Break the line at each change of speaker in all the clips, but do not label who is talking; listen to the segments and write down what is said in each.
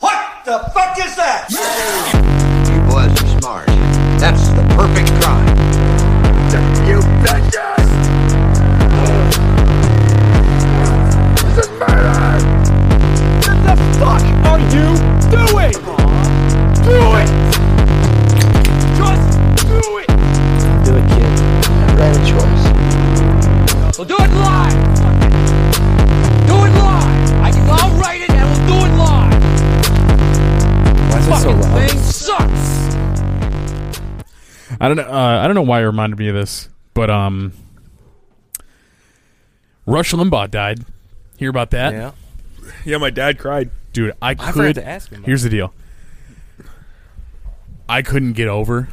the fuck is that?
You boys are smart. That's the perfect crime.
You bitches! This is murder! What the fuck are you doing? Do it! Just do it!
do it, kid. Never had a choice.
We'll do it live! Do it live! I can, I'll write it and we'll do it live!
Why is it so
Fucking
loud?
thing sucks!
I don't know. Uh, I don't know why it reminded me of this, but um, Rush Limbaugh died. Hear about that,
Yeah.
Yeah, my dad cried.
dude? I
I
could.
forgot to ask him.
Here's the deal. I couldn't get over.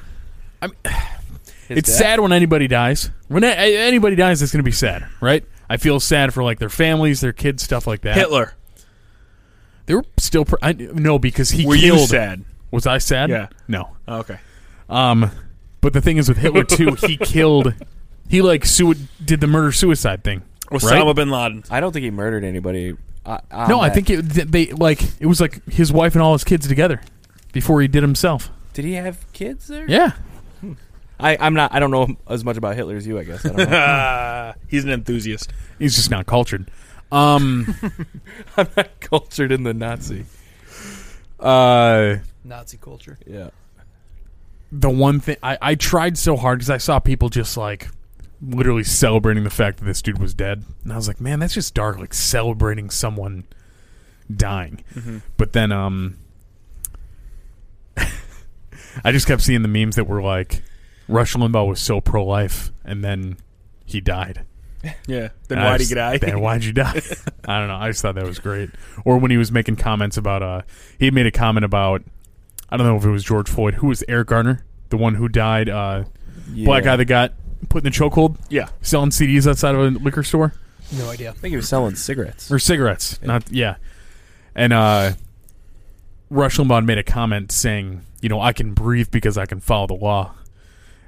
His
it's
dad?
sad when anybody dies. When a- a- anybody dies, it's gonna be sad, right? I feel sad for like their families, their kids, stuff like that.
Hitler.
They were still. Pr- I, no, because he
Were
killed.
you sad?
Was I sad?
Yeah.
No.
Oh, okay.
Um, but the thing is with Hitler too, he killed. He like sui- did the murder suicide thing.
Osama
right?
bin Laden.
I don't think he murdered anybody. Uh,
No, I think it, th- they like it was like his wife and all his kids together before he did himself.
Did he have kids there?
Yeah.
I, I'm not. I don't know as much about Hitler as you. I guess. I don't know.
Uh, he's an enthusiast.
He's just not cultured. Um,
I'm not cultured in the Nazi.
uh,
Nazi culture.
Yeah.
the one thing I, I tried so hard because I saw people just like literally celebrating the fact that this dude was dead, and I was like, man, that's just dark. Like celebrating someone dying, but then um, I just kept seeing the memes that were like, Rush Limbaugh was so pro life, and then he died.
Yeah. Then
And I
why'd he
just-
get out?
Then why'd you die? I don't know. I just thought that was great. Or when he was making comments about, uh, he had made a comment about, I don't know if it was George Floyd. Who was Eric Garner? The one who died, uh, black guy that got put in the chokehold,
Yeah.
selling CDs outside of a liquor store
No idea.
I think he was selling cigarettes.
or cigarettes. Not yeah. And uh, Rush Limbaugh made a comment saying, you know, I can breathe because I can follow the law.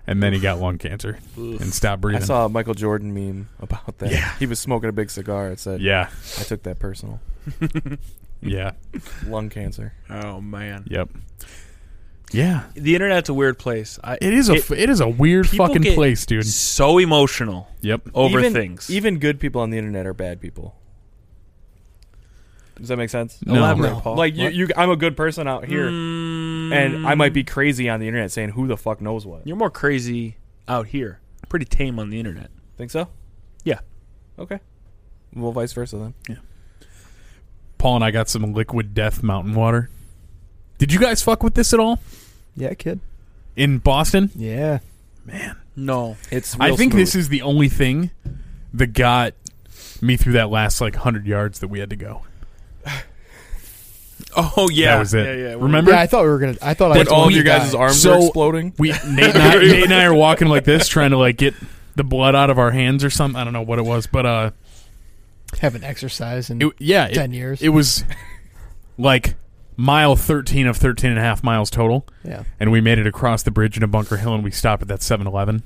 And then he got lung cancer and stopped
I
breathing.
saw a Michael Jordan meme about that.
Yeah.
He was smoking a big cigar. It said,
yeah,
I took that personal.
yeah,
Lung cancer.
Oh man.
yep, yeah.
The internet's a weird place. I,
It is a f it is a weird
people
fucking
get
place, dude.
So emotional
Yep. Oh,
over
even,
things.
Even good people on the internet are bad people. Does that make sense?
No.
Elaborate,
No.
Paul.
Like you, you, I'm a good person out here,
Mm,
and I might be crazy on the internet saying who the fuck knows what.
You're more crazy out here. Pretty tame on the internet.
Think so?
Yeah.
Okay. Well, vice versa then.
Paul and I got some liquid death mountain water. Did you guys fuck with this at all
Yeah, kid.
in Boston?
Yeah.
No.
It's.
I think this is the only thing that got me through that last like hundred yards that we had to go.
Oh yeah.
that was it.
Yeah, yeah.
Remember?
Yeah, I thought we were gonna. I thought I
But all of
we
you guys'
died.
arms
So-
are exploding.
we Nate and, I, Nate and I are walking like this, trying to like get the blood out of our hands or something. I don't know what it was, but uh,
haven't exercised in
it, yeah, it-
10 years.
It was like mile thirteen of 13 and a half miles total.
yeah.
and we made it across the bridge into Bunker Hill, and we stopped at that 7-Eleven.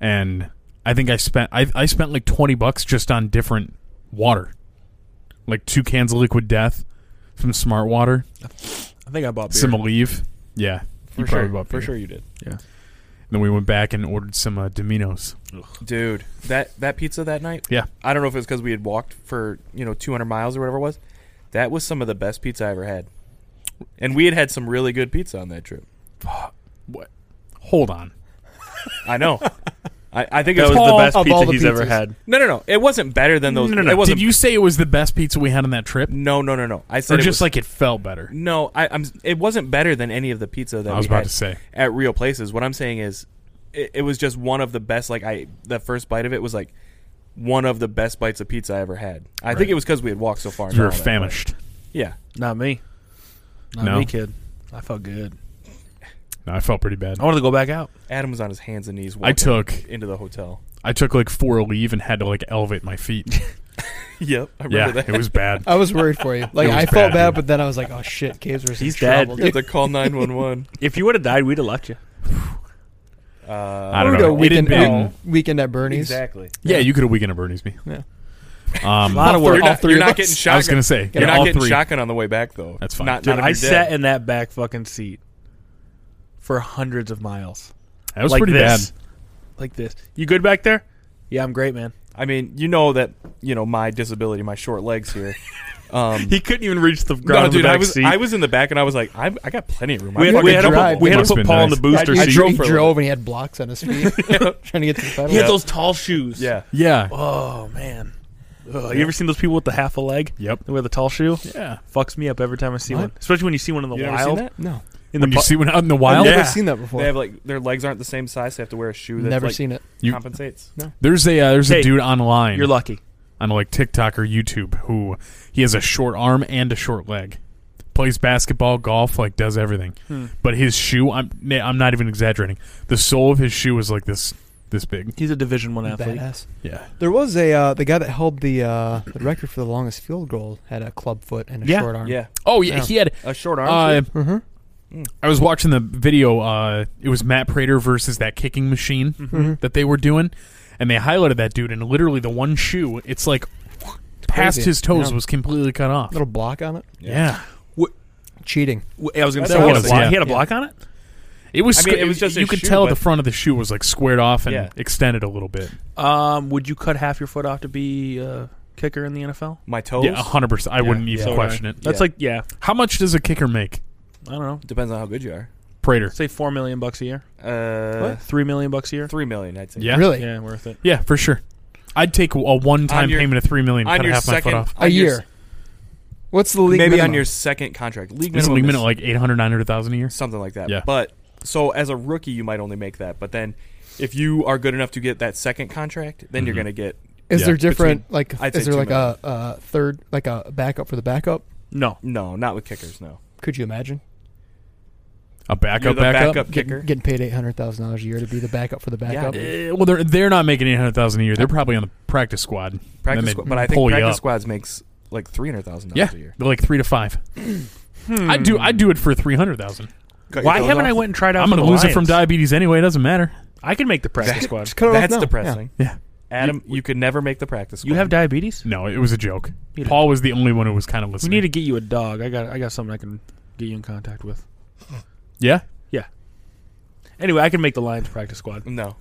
And I think I spent I, I spent like twenty bucks just on different water, like two cans of Liquid Death, some Smart Water,
I think I bought beer.
some Aleve. Yeah, you
for
probably
sure.
bought
For
beer.
sure, you did,
Then we went back and ordered some uh, Domino's.
dude. That that pizza that night.
Yeah,
I don't know if it's because we had walked for you know 200 miles or whatever it was. That was some of the best pizza I ever had, and we had had some really good pizza on that trip.
what? Hold on.
I know. I, I think it
That was
was
the
Paul,
best
of all
pizza
the
he's ever
pizzas.
had.
no, no, no. It wasn't better than those. It wasn't.
Did you say it was the best pizza we had on that trip,
no, no, no, no. I said
or
it
just
was,
like it felt better?
no. I, I'm. It wasn't better than any of the pizza that
I was
we
about
had
to say.
at real places. What I'm saying is, it, it was just one of the best. Like I, the first bite of it was like one of the best bites of pizza I ever had. I think it was because we had walked so far. and
You were
all that.
famished.
Yeah.
Not me. Not
No.
me, kid. I felt good.
No, I felt pretty bad.
I wanted to go back out.
Adam was on his hands and knees. Walking
I took
into the hotel.
I took like four leave and had to like elevate my feet.
Yep, I remember
yeah,
that.
it was bad.
Uh,
I was worried for you. Like
was
I
bad,
felt bad,
dude.
but then I was like, "Oh shit, Caves was
He's
in trouble."
dead.
You have to call nine one one.
If you would have died, we'd have left you.
I
Or
don't
we go
know. It had
Weekend,
been-
oh, weekend at Bernie's.
Exactly.
yeah, you could have weekend at Bernie's me.
Yeah.
Um,
lot of
You're
work.
all
not,
three
you're
of
not
us.
getting shotgun.
I was gonna say,
you're
yeah,
not
all
getting
three.
shotgun on the way back though.
That's fine.
Not,
Dude,
not
Dude,
if
I
you're
sat
dead.
in that back fucking seat for hundreds of miles.
That was
like
pretty
this.
bad.
Like this. You good back there? Yeah, I'm great, man.
I mean, you know that you know my disability, my short legs here. Um,
He couldn't even reach the ground. in
no,
the
dude, I
back
was
seat.
I was in the back and I was like, I, I got plenty of room.
We
I'm
had, we
fucking
had to
drive.
put, we had to
Must've
put
been
Paul in
nice.
the booster
I,
I
seat.
drove
drove, he
for a
drove and he had blocks on his feet trying to get to the pedal.
He had those tall shoes.
yeah.
yeah,
Oh man. Ugh, You ever seen those people with the half a leg?
Yep.
They wear the tall shoe.
yeah.
Fucks me up every time I see one, especially when you see one in the
You never
wild.
seen that? No.
In
When
the
you
pu-
see one out in the
I've
wild,
never
Yeah.
seen that before.
They have like their legs aren't the same size. So they have to wear a shoe that's
never
like,
seen it.
You-
compensates. No.
there's a uh, there's
Hey,
a dude online
you're lucky.
on like TikTok or YouTube who he has a short arm and a short leg. Plays basketball, golf, like does everything.
Hmm.
But his shoe, I'm na- I'm not even exaggerating. The sole of his shoe is like this this big.
He's a Division One athlete.
Badass.
Yeah.
There was a uh, the guy that held the uh, the record for the longest field goal had a club foot and a
Yeah.
short arm.
Yeah.
Oh yeah,
Yeah.
he had
A short arm.
uh,
shoe?
Mm-hmm.
I was watching the video. Uh, it was Matt Prater versus that kicking machine
Mm-hmm.
that they were doing, and they highlighted that dude. And literally, the one shoe, it's like past
crazy.
his toes,
Yeah.
was completely cut off.
Little block on it.
yeah.
Cheating.
W- I was gonna
That's
say he had, a
awesome.
block,
Yeah.
he had a block on it.
it was.
I mean,
squ-
it was just
you
his
could
shoe,
tell the
but-
front of the shoe was like squared off and
Yeah.
extended a little bit.
Um, would you cut half your foot off to be a kicker in the NFL?
My toes.
Yeah, hundred percent. I wouldn't even
So
question
would I.
it.
That's
Yeah.
like yeah.
How much does a kicker make,
I don't know.
Depends on how good you are.
Prater?
Say four million bucks a year.
Uh,
Three million bucks a year.
three million, I'd say.
Yeah,
Really?
Yeah, worth it.
yeah, for sure. I'd take a one-time
On your-
payment of three million,
On
cut
your
half
second,
my foot off.
A
on your
year.
s-
What's the league?
maybe
minimum?
on your second contract,
Isn't
league minimum,
league
is
minute like eight hundred, nine hundred thousand a year?
something like that.
Yeah.
But so as a rookie, you might only make that. But then, if you are good enough to get that second contract, then you're
Mhm.
gonna get
Is
Yeah.
there different like?
I'd
is
say
there
two
like a, a third like a backup for the backup?
No.
no, not with kickers. No,
Could you imagine
A
you're
backup,
the
backup.
backup kicker.
getting paid eight hundred thousand dollars a year to be the backup for the backup?
Uh, well, they're they're not making eight hundred thousand a year. They're probably on the practice squad.
Practice,
they
squ- but I think
pull you
practice
up.
squads makes like three hundred thousand
Yeah,
dollars a year. Hmm.
they're like three to five. I do I do it for three hundred thousand.
Why haven't I went and tried out?
I'm
for
going to
the
lose it from
Lions?
diabetes anyway. It doesn't matter.
I can make the practice squad.
Just cut it off
That's
now.
depressing.
Yeah.
Adam, you, could never make the practice. Squad.
You have diabetes.
No, it was a joke.
You
Paul was the only one who was kind of
We
listening.
need to get you a dog. I got I got something I can get you in contact with.
yeah.
Anyway, I can make the Lions practice squad.
no,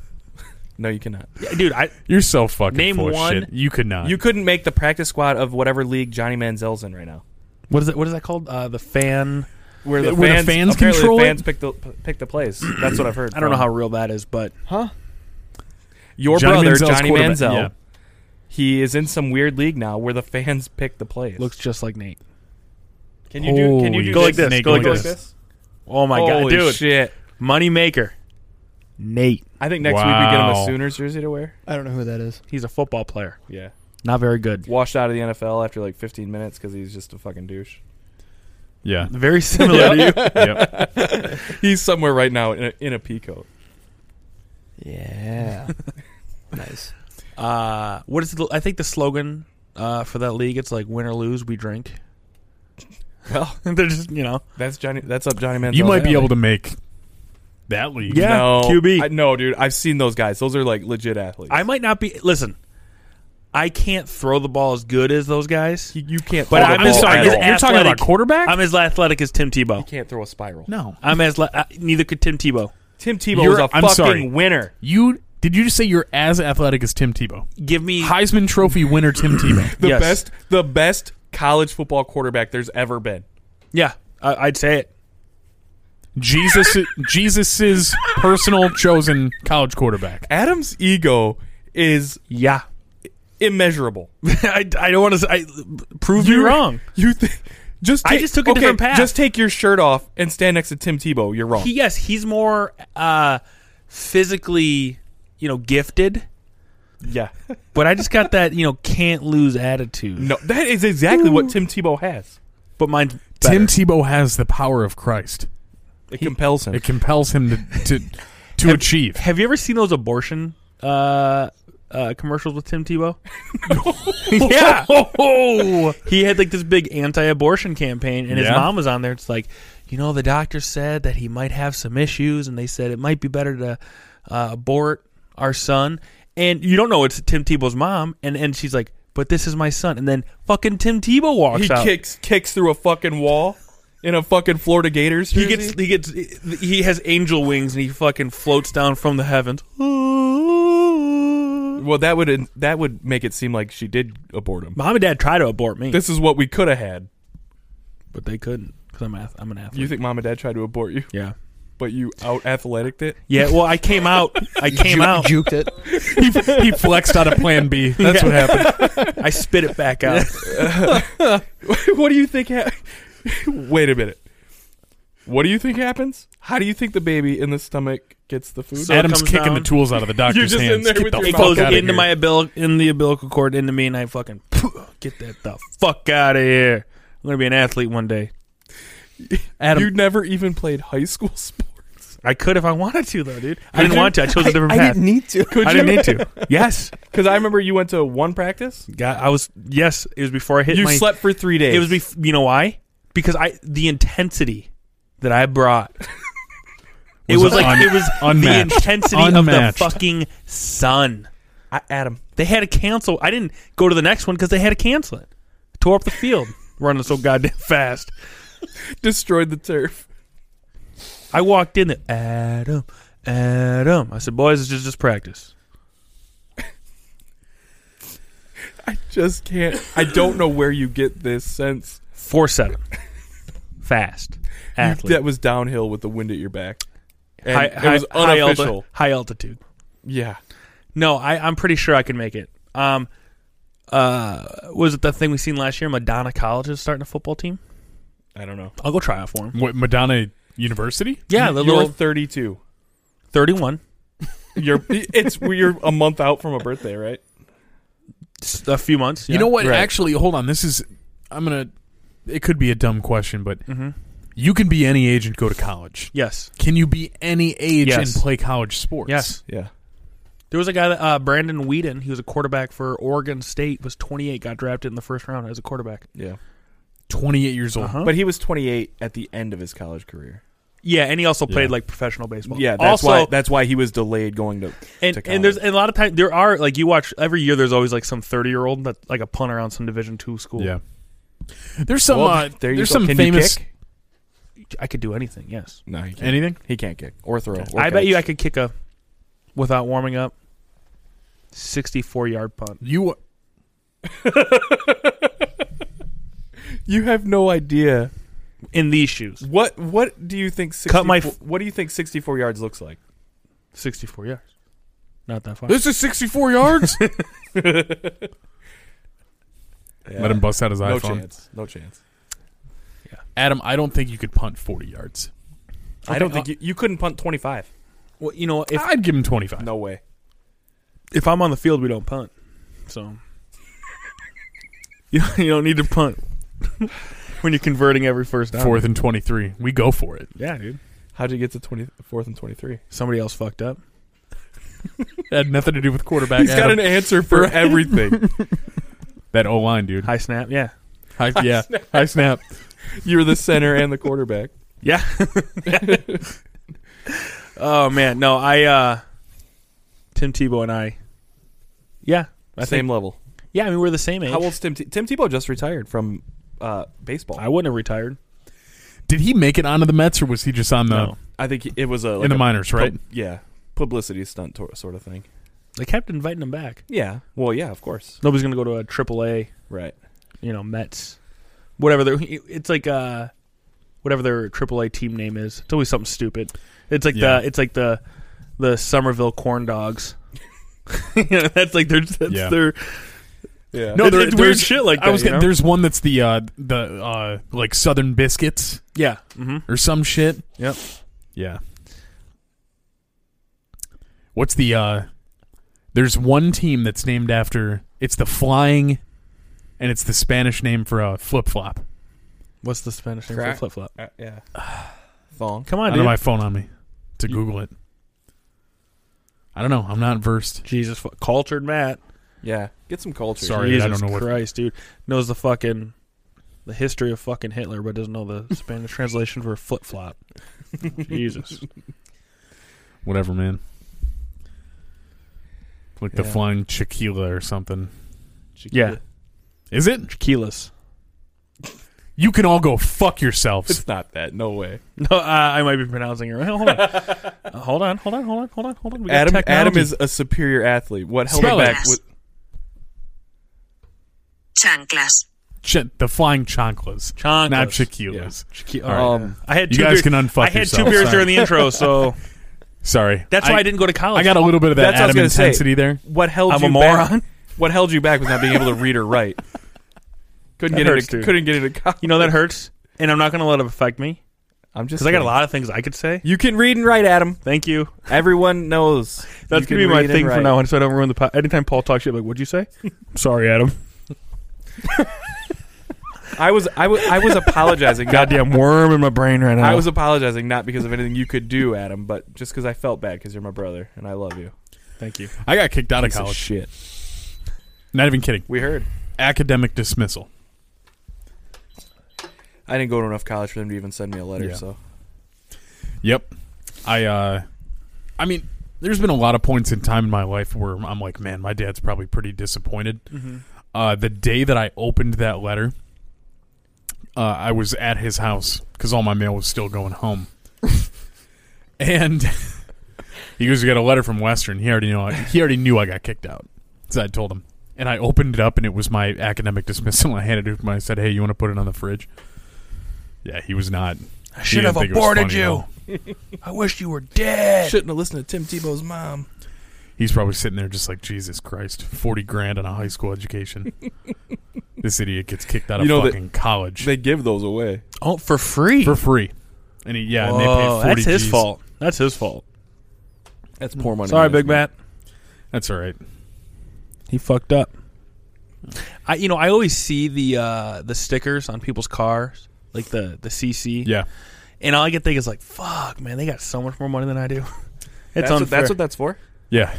no, you cannot.
Yeah, dude, I
You're so fucking
Name
full of
one-
shit. You could not.
You couldn't make the practice squad of whatever league Johnny Manziel's in right now.
what is that? What is that called? Uh, the fan.
Where the
Where the
fans,
fans
apparently
control
the
it?
fans pick the pick the plays. That's what I've heard.
I don't know
from
how real that is, but
Huh?
your
Johnny
brother
Manziel's
Johnny
quarterback-
Manziel.
yeah.
He is in some weird league now where the fans pick the plays.
looks just like Nate.
can you do? Can you
Holy
do
Go like
this, go like
Go
this. Oh my god,
Holy
dude,
shit!
money maker, Nate.
I think next week we get him
Wow.
a Sooners jersey to wear.
I don't know who that is.
He's a football player,
Yeah,
not very good.
washed out of the NFL after like 15 minutes because he's just a fucking douche.
Yeah.
Very similar to you.
yep.
He's somewhere right now in a, in a pea coat.
Yeah. nice.
Uh, what is the? I think the slogan uh, for that league it's like win or lose, we drink.
Well,
They're just you know
that's Johnny. That's up Johnny Manziel.
You might be able to make that league.
Yeah.
No,
QB.
I, no, dude. I've seen those guys. Those are like legit athletes.
I might not be. Listen, I can't throw the ball as good as those guys.
you can't.
But
throw the
I'm
ball
just sorry.
at
You're
all.
You're talking about
athletic.
quarterback?
I'm as athletic as Tim Tebow.
You can't throw a spiral.
no.
I'm as le- uh, neither could Tim Tebow.
Tim Tebow
You're-
was a
I'm
fucking
sorry.
winner.
You did you just say you're as athletic as Tim Tebow?
Give me
Heisman Trophy winner Tim Tebow.
The
Yes.
best. The best college football quarterback there's ever been.
yeah. I, I'd say it.
Jesus Jesus's personal chosen college quarterback.
Adam's ego is
Yeah.
immeasurable.
I, I don't want to prove you
You're-
wrong.
You think just
I
take,
just took a
okay,
different path.
Just take your shirt off and stand next to Tim Tebow. You're wrong.
He, yes, he's more uh, physically, you know, gifted.
yeah.
But I just got that, you know, can't lose attitude.
No, that is exactly what Tim Tebow has.
But mine's better.
Tim Tebow has the power of Christ.
It compels him.
It compels him to to, to achieve.
Have you ever seen those abortion uh, uh, commercials with Tim Tebow? yeah. he had like this big anti-abortion campaign, and his
Yeah.
mom was on there. It's like, you know, the doctor said that he might have some issues, and they said it might be better to uh, abort our son. And you don't know it's Tim Tebow's mom, and and she's like, but this is my son. And then fucking Tim Tebow walks
He
out.
kicks kicks through a fucking wall in a fucking Florida Gators.
he
Jersey.
gets he gets he has angel wings and he fucking floats down from the heavens. Mom
Well, that would that would make it seem like she did abort him.
and Dad tried to abort me,
This is what we could have had.
but they couldn't because I'm ath- I'm an athlete.
You think mom and dad tried to abort you,
yeah.
but you out athleticked it?
Yeah, well, I came out. I came out.
Juked it.
he, he flexed out of Plan B. That's what happened.
I spit it back out.
what do you think? Ha- Wait a minute. What do you think happens? How do you think the baby in the stomach gets the food?
So-
Adam's
comes
kicking
down.
the tools out of the doctor's
You're just in
hands.
there
Get
with
the
your
It
fuck
mouth
goes
outta
into
here.
my abil- in the umbilical cord into me, and I fucking get that the fuck out of here. I'm gonna be an athlete one day.
you
Adam,
never even played high school sports.
I could if I wanted to, though, dude. I didn't want to. I chose a different
I
path.
didn't need to.
Could
I didn't need to. Yes,
Because I remember you went to one practice.
God, I was. Yes, it was before I hit
You
my.
slept for three days.
It was. Bef- you know why? Because I the intensity that I brought. It was,
Was
like
un-
it was the
unmatched.
intensity
Unmatched.
of the fucking sun.
I, Adam.
They had to cancel. I didn't go to the next one because they had to cancel it. Tore up the field running so goddamn fast.
Destroyed the turf.
I walked in there, Adam, Adam. I said, boys, this is just practice.
I just can't. I don't know where you get this sense.
Four seven, fast, athlete,
That was downhill with the wind at your back. And
high,
it was
high- high alti-
unofficial.
high altitude.
yeah.
No, I, I'm pretty sure I can make it. Um, uh, was it the thing we seen last year? Madonna College is starting a football team.
I don't know.
I'll go try out for him.
What, Madonna University?
Yeah,
You're
the little
32.
thirty-one.
You're it's you're a month out from a birthday, right?
s- A few months.
You know what?
Right.
Actually, hold on. This is I'm gonna. It could be a dumb question, but you can be any age and go to college.
Yes.
Can you be any age
Yes.
and play college sports?
Yes.
Yeah.
There was a guy, that, uh, Brandon Whedon. He was a quarterback for Oregon State. Was 28, got drafted in the first round as a quarterback.
Yeah.
28 years old.
Uh-huh.
But he was 28 at the end of his college career.
Yeah, and he also played
Yeah.
like professional baseball.
Yeah, that's
also,
why that's why he was delayed going to
and,
to
and there's and a lot of times there are like you watch every year. There's always like some 30 year old that like a punter on some Division two school.
Yeah. There's some.
Well,
uh,
there you
there's
go.
some
Can you
famous.
kick?
I could do anything. Yes,
No, he can't.
Anything?
He can't kick or throw. or
I bet
catch.
you I could kick a without warming up 64 yard punt.
You
You have no idea
In these shoes,
what what do you think 64,
Cut my f-
what do you think 64 yards looks like?
64 yards, not that far.
This is 64 yards.
Yeah.
Let him bust out his
No
iPhone.
chance. No chance.
Adam, I don't think you could punt 40 yards.
I don't think you, you couldn't punt 25.
Well, you know, if
I'd give him 25.
No way.
if I'm on the field, we don't punt. So you, you don't need to punt when you're converting every first down.
Fourth and 23. We go for it.
Yeah, dude.
How'd you get to 24th and 23?
Somebody else fucked up.
It had nothing to do with quarterback.
He's got
Adam.
an answer for everything.
that O line, dude.
High snap. Yeah.
High, yeah. High snap.
You're the center and the quarterback.
Yeah. oh man, no, I uh Tim Tebow and I. Yeah. I
Same
think,
level.
yeah, I mean we're the same age.
How old's Tim? Te- Tim Tebow just retired from uh, baseball.
I wouldn't have retired.
Did he make it onto the Mets or was he just on the
No.
I think it was a like
in the
a
minors, right?
pub- yeah, publicity stunt tor- sort of thing.
They kept inviting him back.
Yeah. Well, yeah, of course.
Nobody's gonna go to a triple A,
Right.
you know, Mets. Whatever their it's like uh whatever their triple A team name is. It's always something stupid. It's like
Yeah.
the it's like the the Somerville corn dogs. you know, that's like their that's
Yeah.
their
Yeah.
No,
It's-
there-
it's weird
there's-
shit like that.
I was
you
gonna,
know?
there's one that's the uh the uh like Southern biscuits
Yeah. hmm
or some shit.
Yep.
Yeah. What's the uh there's one team that's named after it's the flying and it's the Spanish name for a flip flop.
What's the Spanish name
Crack.
for flip flop?
Uh, yeah. Thong.
Come
I
on,
don't have
dude.
my phone on me to Google it. I don't know. I'm not versed.
Jesus, fu- cultured Matt.
Yeah. Get some culture.
Sorry. I
Jesus
don't know what-
Christ, dude knows the fucking the history of fucking Hitler, but doesn't know the Spanish translation for flip flop. Jesus,
Whatever, man. Like the
Yeah.
flying Chiquila or something.
Yeah.
Is it?
Keyless.
You can all go fuck yourselves.
It's not that. No way.
No, uh, I might be pronouncing it right. Hold on. Uh, hold on, hold on, hold on, hold on, hold on. We got
Adam Adam
technology.
is a superior athlete. What held
Spell
him
it.
back? Was,
chanclas,
Ch- the flying chanclas,
Chanclas.
not chiquilas.
Chiqui-
Um,
I had
you
two
guys
beers.
can unfuck
I had
yourselves,
two beers
sorry.
during the intro, so
Sorry,
that's why I didn't go to college.
I got a little bit of that
That's what I was
Adam
gonna say.
intensity there.
what held
I'm
you
a
back-
moron.
What held you back was not being able to read or write. Couldn't
That
get
hurts,
into
dude.
couldn't get into college.
You know that hurts, and I'm not going to let it affect me
I'm just
because I got a
saying.
lot of things I could say.
You can read and write, Adam.
Thank you.
Everyone knows.
That's
You can
gonna be my
read and
thing
write.
from now on, so I don't ruin the. Po- Anytime Paul talks shit, like, what'd you say?
Sorry, Adam.
I was I was I was apologizing. not-
Goddamn worm in my brain right now.
I was apologizing not because of anything you could do, Adam, but just because I felt bad because you're my brother and I love you.
Thank you.
I got kicked out of
Piece
Oh,
of
college.
shit.
Not even kidding.
We heard.
Academic dismissal.
I didn't go to enough college for them to even send me a letter.
Yeah.
So
Yep. I uh I mean, there's been a lot of points in time in my life where I'm like, man, my dad's probably pretty disappointed. Uh the day that I opened that letter, uh I was at his house cuz all my mail was still going home. and he goes, "You got a letter from Western." He already knew I, he already knew I got kicked out. So I told him. And I opened it up and it was my academic dismissal. I handed it to him and I said, "Hey, you want to put it on the fridge?" Yeah, he was not. I
should have aborted you. I wish you were dead.
shouldn't have listened to Tim Tebow's mom.
He's probably sitting there just like Jesus Christ, forty grand on a high school education. this idiot gets kicked out of
You know that-
fucking college
They give those away.
Oh, for free.
for free, and he, yeah, and they pay
Whoa,
forty.
Oh, that's his
Gs.
fault. That's his fault.
That's poor money.
Sorry, Big Matt.
That's all right.
He fucked up. I, you know, I always see the uh, the stickers on people's cars, like the the CC.
Yeah,
And all I can think is like, fuck, man, they got so much more money than I do. It's
That's
unfair.
what, that's what that's for.
yeah.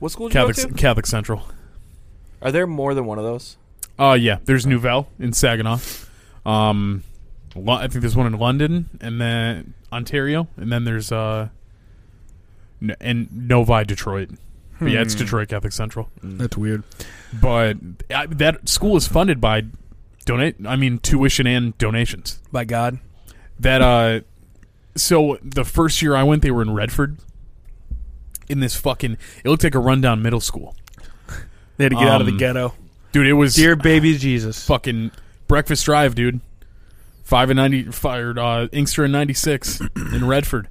What school did you go
Catholic
to?
Catholic Central.
Are there more than one of those?
Oh yeah, there's Nouvelle in Saginaw. Um, Lo- I think there's one in London and then Ontario, and then there's uh, N- and Novi Detroit. But yeah, it's
Hmm.
Detroit Catholic Central.
that's weird.
But I, that school is funded by donate. I mean, tuition and donations.
By God.
That uh, so the first year I went, they were in Redford. In this fucking, it looked like a rundown middle school,
They had to get out of the
Um,
ghetto.
dude. It was
Dear baby Jesus.
fucking breakfast drive, dude. Five and ninety fired uh, Inkster in ninety six in Redford.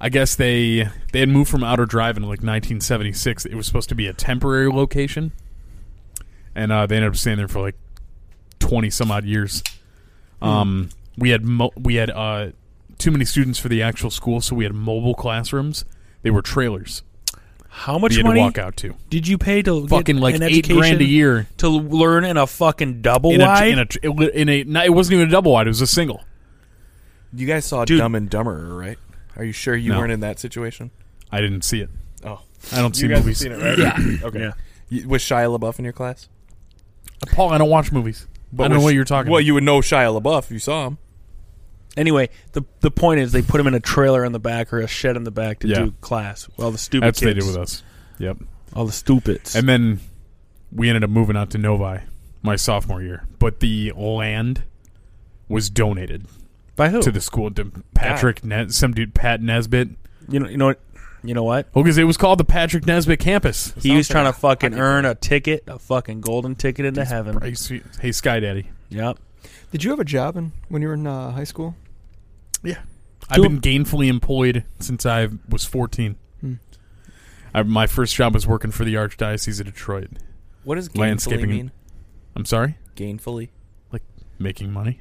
I guess they they had moved from Outer Drive in like nineteen seventy six. It was supposed to be a temporary location, and uh, they ended up staying there for like twenty some odd years. Um, we had mo- we had uh, too many students for the actual school, so we had mobile classrooms. They were trailers.
How much
that you had
money
to walk out to
did you pay to get
fucking like
an
eight grand a
education
year
to learn in a fucking double
in a
wide?
in a, it li- in a no, it wasn't even a double wide. It was a single.
You guys saw
Dude.
Dumb and Dumber, right? Are you sure you
No.
weren't in that situation?
I didn't see it.
Oh,
I don't see
you guys have
movies.
seen it, right? okay.
Yeah.
You- was Shia LaBeouf in your class?
Paul, I don't watch movies. I don't know
was-
what you're talking
Well,
about.
you would know Shia LaBeouf if you saw him.
anyway, the the point is they put him in a trailer in the back or a shed in the back to
Yeah.
do class. Well, the stupid
That's what they
kids.
did with us. Yep.
All the stupids.
And then we ended up moving out to Novi my sophomore year, but the land was donated
by who?
to the school to Patrick Nes- some dude Pat Nesbitt.
you know, you know what? You know what?
Well, because it was called the Patrick Nesbitt campus.
He was trying to fucking earn a ticket, a fucking golden ticket into heaven.
Hey, see- hey, Sky Daddy.
Yep.
Did you have a job in, when you were in uh, high school?
I've been gainfully employed since I was 14.
Hmm.
I, my first job was working for the Archdiocese of Detroit.
What does gainfully
Landscaping-
mean?
I'm sorry?
Gainfully.
Making money?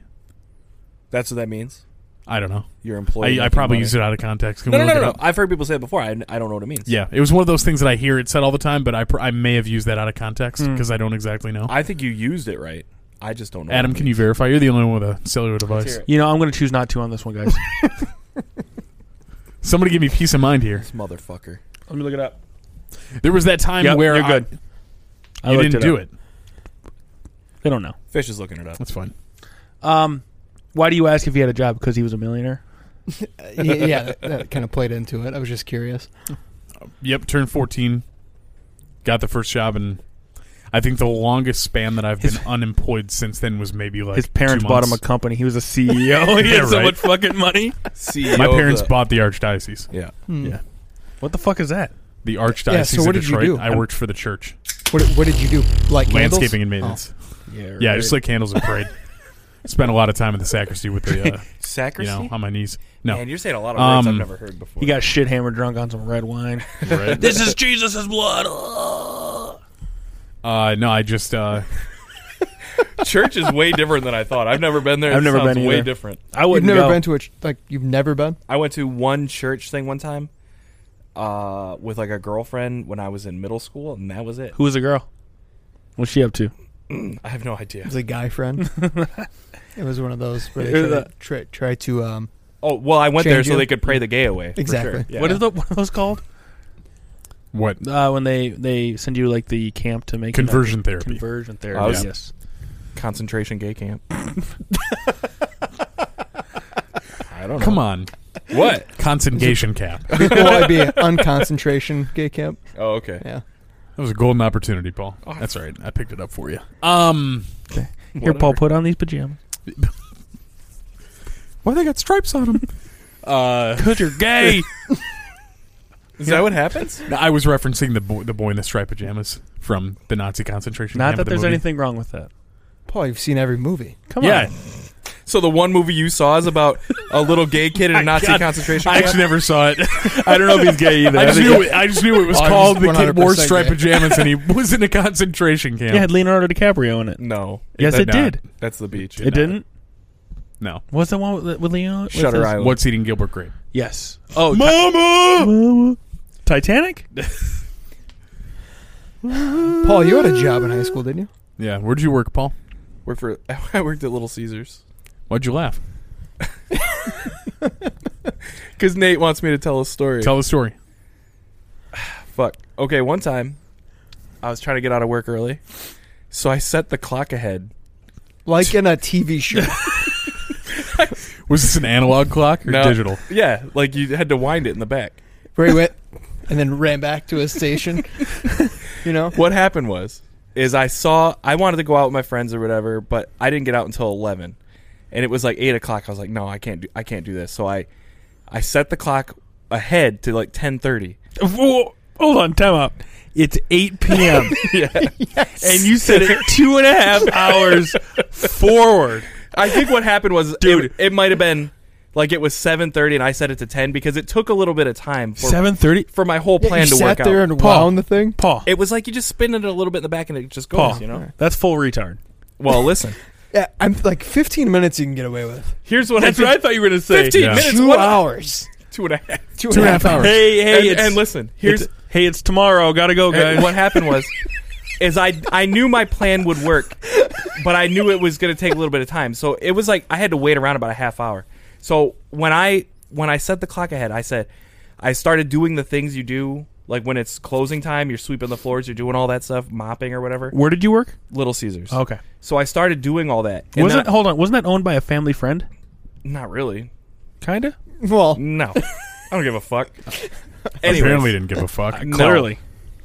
That's what that means.
I don't know.
Your employee.
I, I
making
probably
money.
used it out of context. Can
No,
we
no, no,
look
no,
it
no.
up?
I've heard people say it before. I, I don't know what it means.
Yeah, it was one of those things that I hear it said all the time, but I pr- I may have used that out of context because I don't exactly know.
Hmm. I think you used it right. I just don't know.
Adam, can you verify? You're the only one with a cellular device.
hear it.
You know, I'm going to choose not to on this one, guys.
Somebody give me peace of mind here.
This motherfucker.
Let me look it up.
There was that time
Yep,
where
you're
I-
good.
you didn't do it.
They don't know.
Fish is looking it up.
That's fine.
Um, why do you ask if he had a job? Because he was a millionaire.
Uh, yeah, yeah that, that kind of played into it. I was just curious.
Yep, turned 14, got the first job, and I think the longest span that I've been unemployed since then was maybe like
His parents
two
bought him
months.
a company. He was a CEO. he
Yeah,
had so
right.
much fucking money.
CEO
My
E of
parents
the-
bought the archdiocese.
Yeah.
Yeah.
What the fuck is that?
The archdiocese
Yeah, so what
of
did you
Detroit.
do?
Um,
I worked for the church,
What, what did you do? Like candles?
landscaping and
Oh.
maintenance.
Yeah,
Yeah, I just lit candles and prayed. Spent a lot of time in the sacristy with the, uh, you
Sacristy?
know, on my knees. No,
Man, you're saying a lot of words
Um,
I've never heard before.
He got shit hammered drunk on some red wine.
Right.
this is Jesus' blood. Oh.
uh, no, I just uh,
Church is way different than I thought. I've never been there.
I've
It
never
sounds
been
way
either.
different.
I
You've
wouldn't
never
go.
been to a ch- like you've never been.
I went to one church thing one time uh, with like a girlfriend when I was in middle school, and that was it.
Who was the girl? What's she up to?
I have no idea.
It was a guy friend. it was one of those where
It
they
was
try, to- try, try to um
Oh well, I went there
Change
so
you?
they could pray the gay away. for
Exactly.
sure. Yeah.
What is the, what are those called?
what
Uh, when they they send you like the camp to make it up.
conversion therapy.
conversion therapy.
I was-
yes.
concentration gay camp? I don't know.
Come on,
What?
concentration cap. That
BYB unconcentration gay camp.
Oh, okay.
Yeah.
was a golden opportunity, Paul.
Oh.
That's all right. I picked it up for you. Um,
Here, Paul, put on these pajamas.
why they got stripes on them? uh,
Cause you're gay.
Is that what happens?
no, I was referencing the boy, the boy in the striped pajamas from the Nazi concentration
Not
camp.
that
the
there's
movie.
anything wrong with that.
Paul, you've seen every movie.
Come
Yeah,
on.
So the one movie you saw is about a little gay kid in a Nazi
God.
concentration
I
camp.
actually never saw it.
I don't know if he's gay either.
I just knew. It, I just knew it was
Oh, he's
called the kid wore
100%
striped
gay.
pajamas and he was in a concentration camp.
it had Leonardo DiCaprio in it.
no,
Yes,
did
it
not.
did.
that's the beach.
It didn't.
no.
What's the one with, with Leonardo? with
Shutter
his-
Island.
What's eating Gilbert Grape?
Yes. Oh,
Mama.
Ti- Titanic.
Paul, you had a job in high school, didn't you?
Yeah. Where'd you work, Paul?
Worked for. I worked at Little Caesars
Why'd you laugh?
because Nate wants me to tell a story.
Tell the story.
Fuck. Okay, one time I was trying to get out of work early, so I set the clock ahead.
Like in a TV show.
Was this an analog clock or
No.
digital?
Yeah, like you had to wind it in the back.
where he went and then ran back to his station. you know?
What happened was is I saw I wanted to go out with my friends or whatever, but I didn't get out until eleven, and it was like eight o'clock. I was like, no, I can't do I can't do this. So I I set the clock ahead to like ten thirty.
Whoa, Hold on, time out. It's 8 p.m. And you said it two and a half hours forward.
I think what happened was, dude, it, it might have been like it was seven thirty, and I set it to ten because it took a little bit of time for
7:30.
for my whole
Yeah,
plan
you
to
sat
work
there
out.
and
Paul.
wound the thing.
Paul.
It was like you just spin it a little bit in the back and it just goes,
Paul.
you know?
That's full retard.
Well, listen.
Yeah, I'm like 15 minutes you can get away with.
Here's what I did.
thought you were going to
15
Yeah.
minutes.
Two
what-
hours.
Two and a half.
Two and a half hours.
Hey, hey,
and,
it's,
and listen,
here's
here's
hey, it's tomorrow. Got to go,
and
guys.
what happened was is I I knew my plan would work, but I knew it was going to take a little bit of time. So it was like I had to wait around about a half hour. So when I when I set the clock ahead, I said I started doing the things you do like when it's closing time, you're sweeping the floors, you're doing all that stuff, mopping or whatever.
Where did you work?
Little Caesars.
Okay.
So I started doing all that. And
wasn't
then I-
hold on, wasn't that owned by a family friend?
not really.
Kind of?
Well,
No, I don't give a fuck. Anyways,
Apparently didn't give a fuck.
No.
Clearly.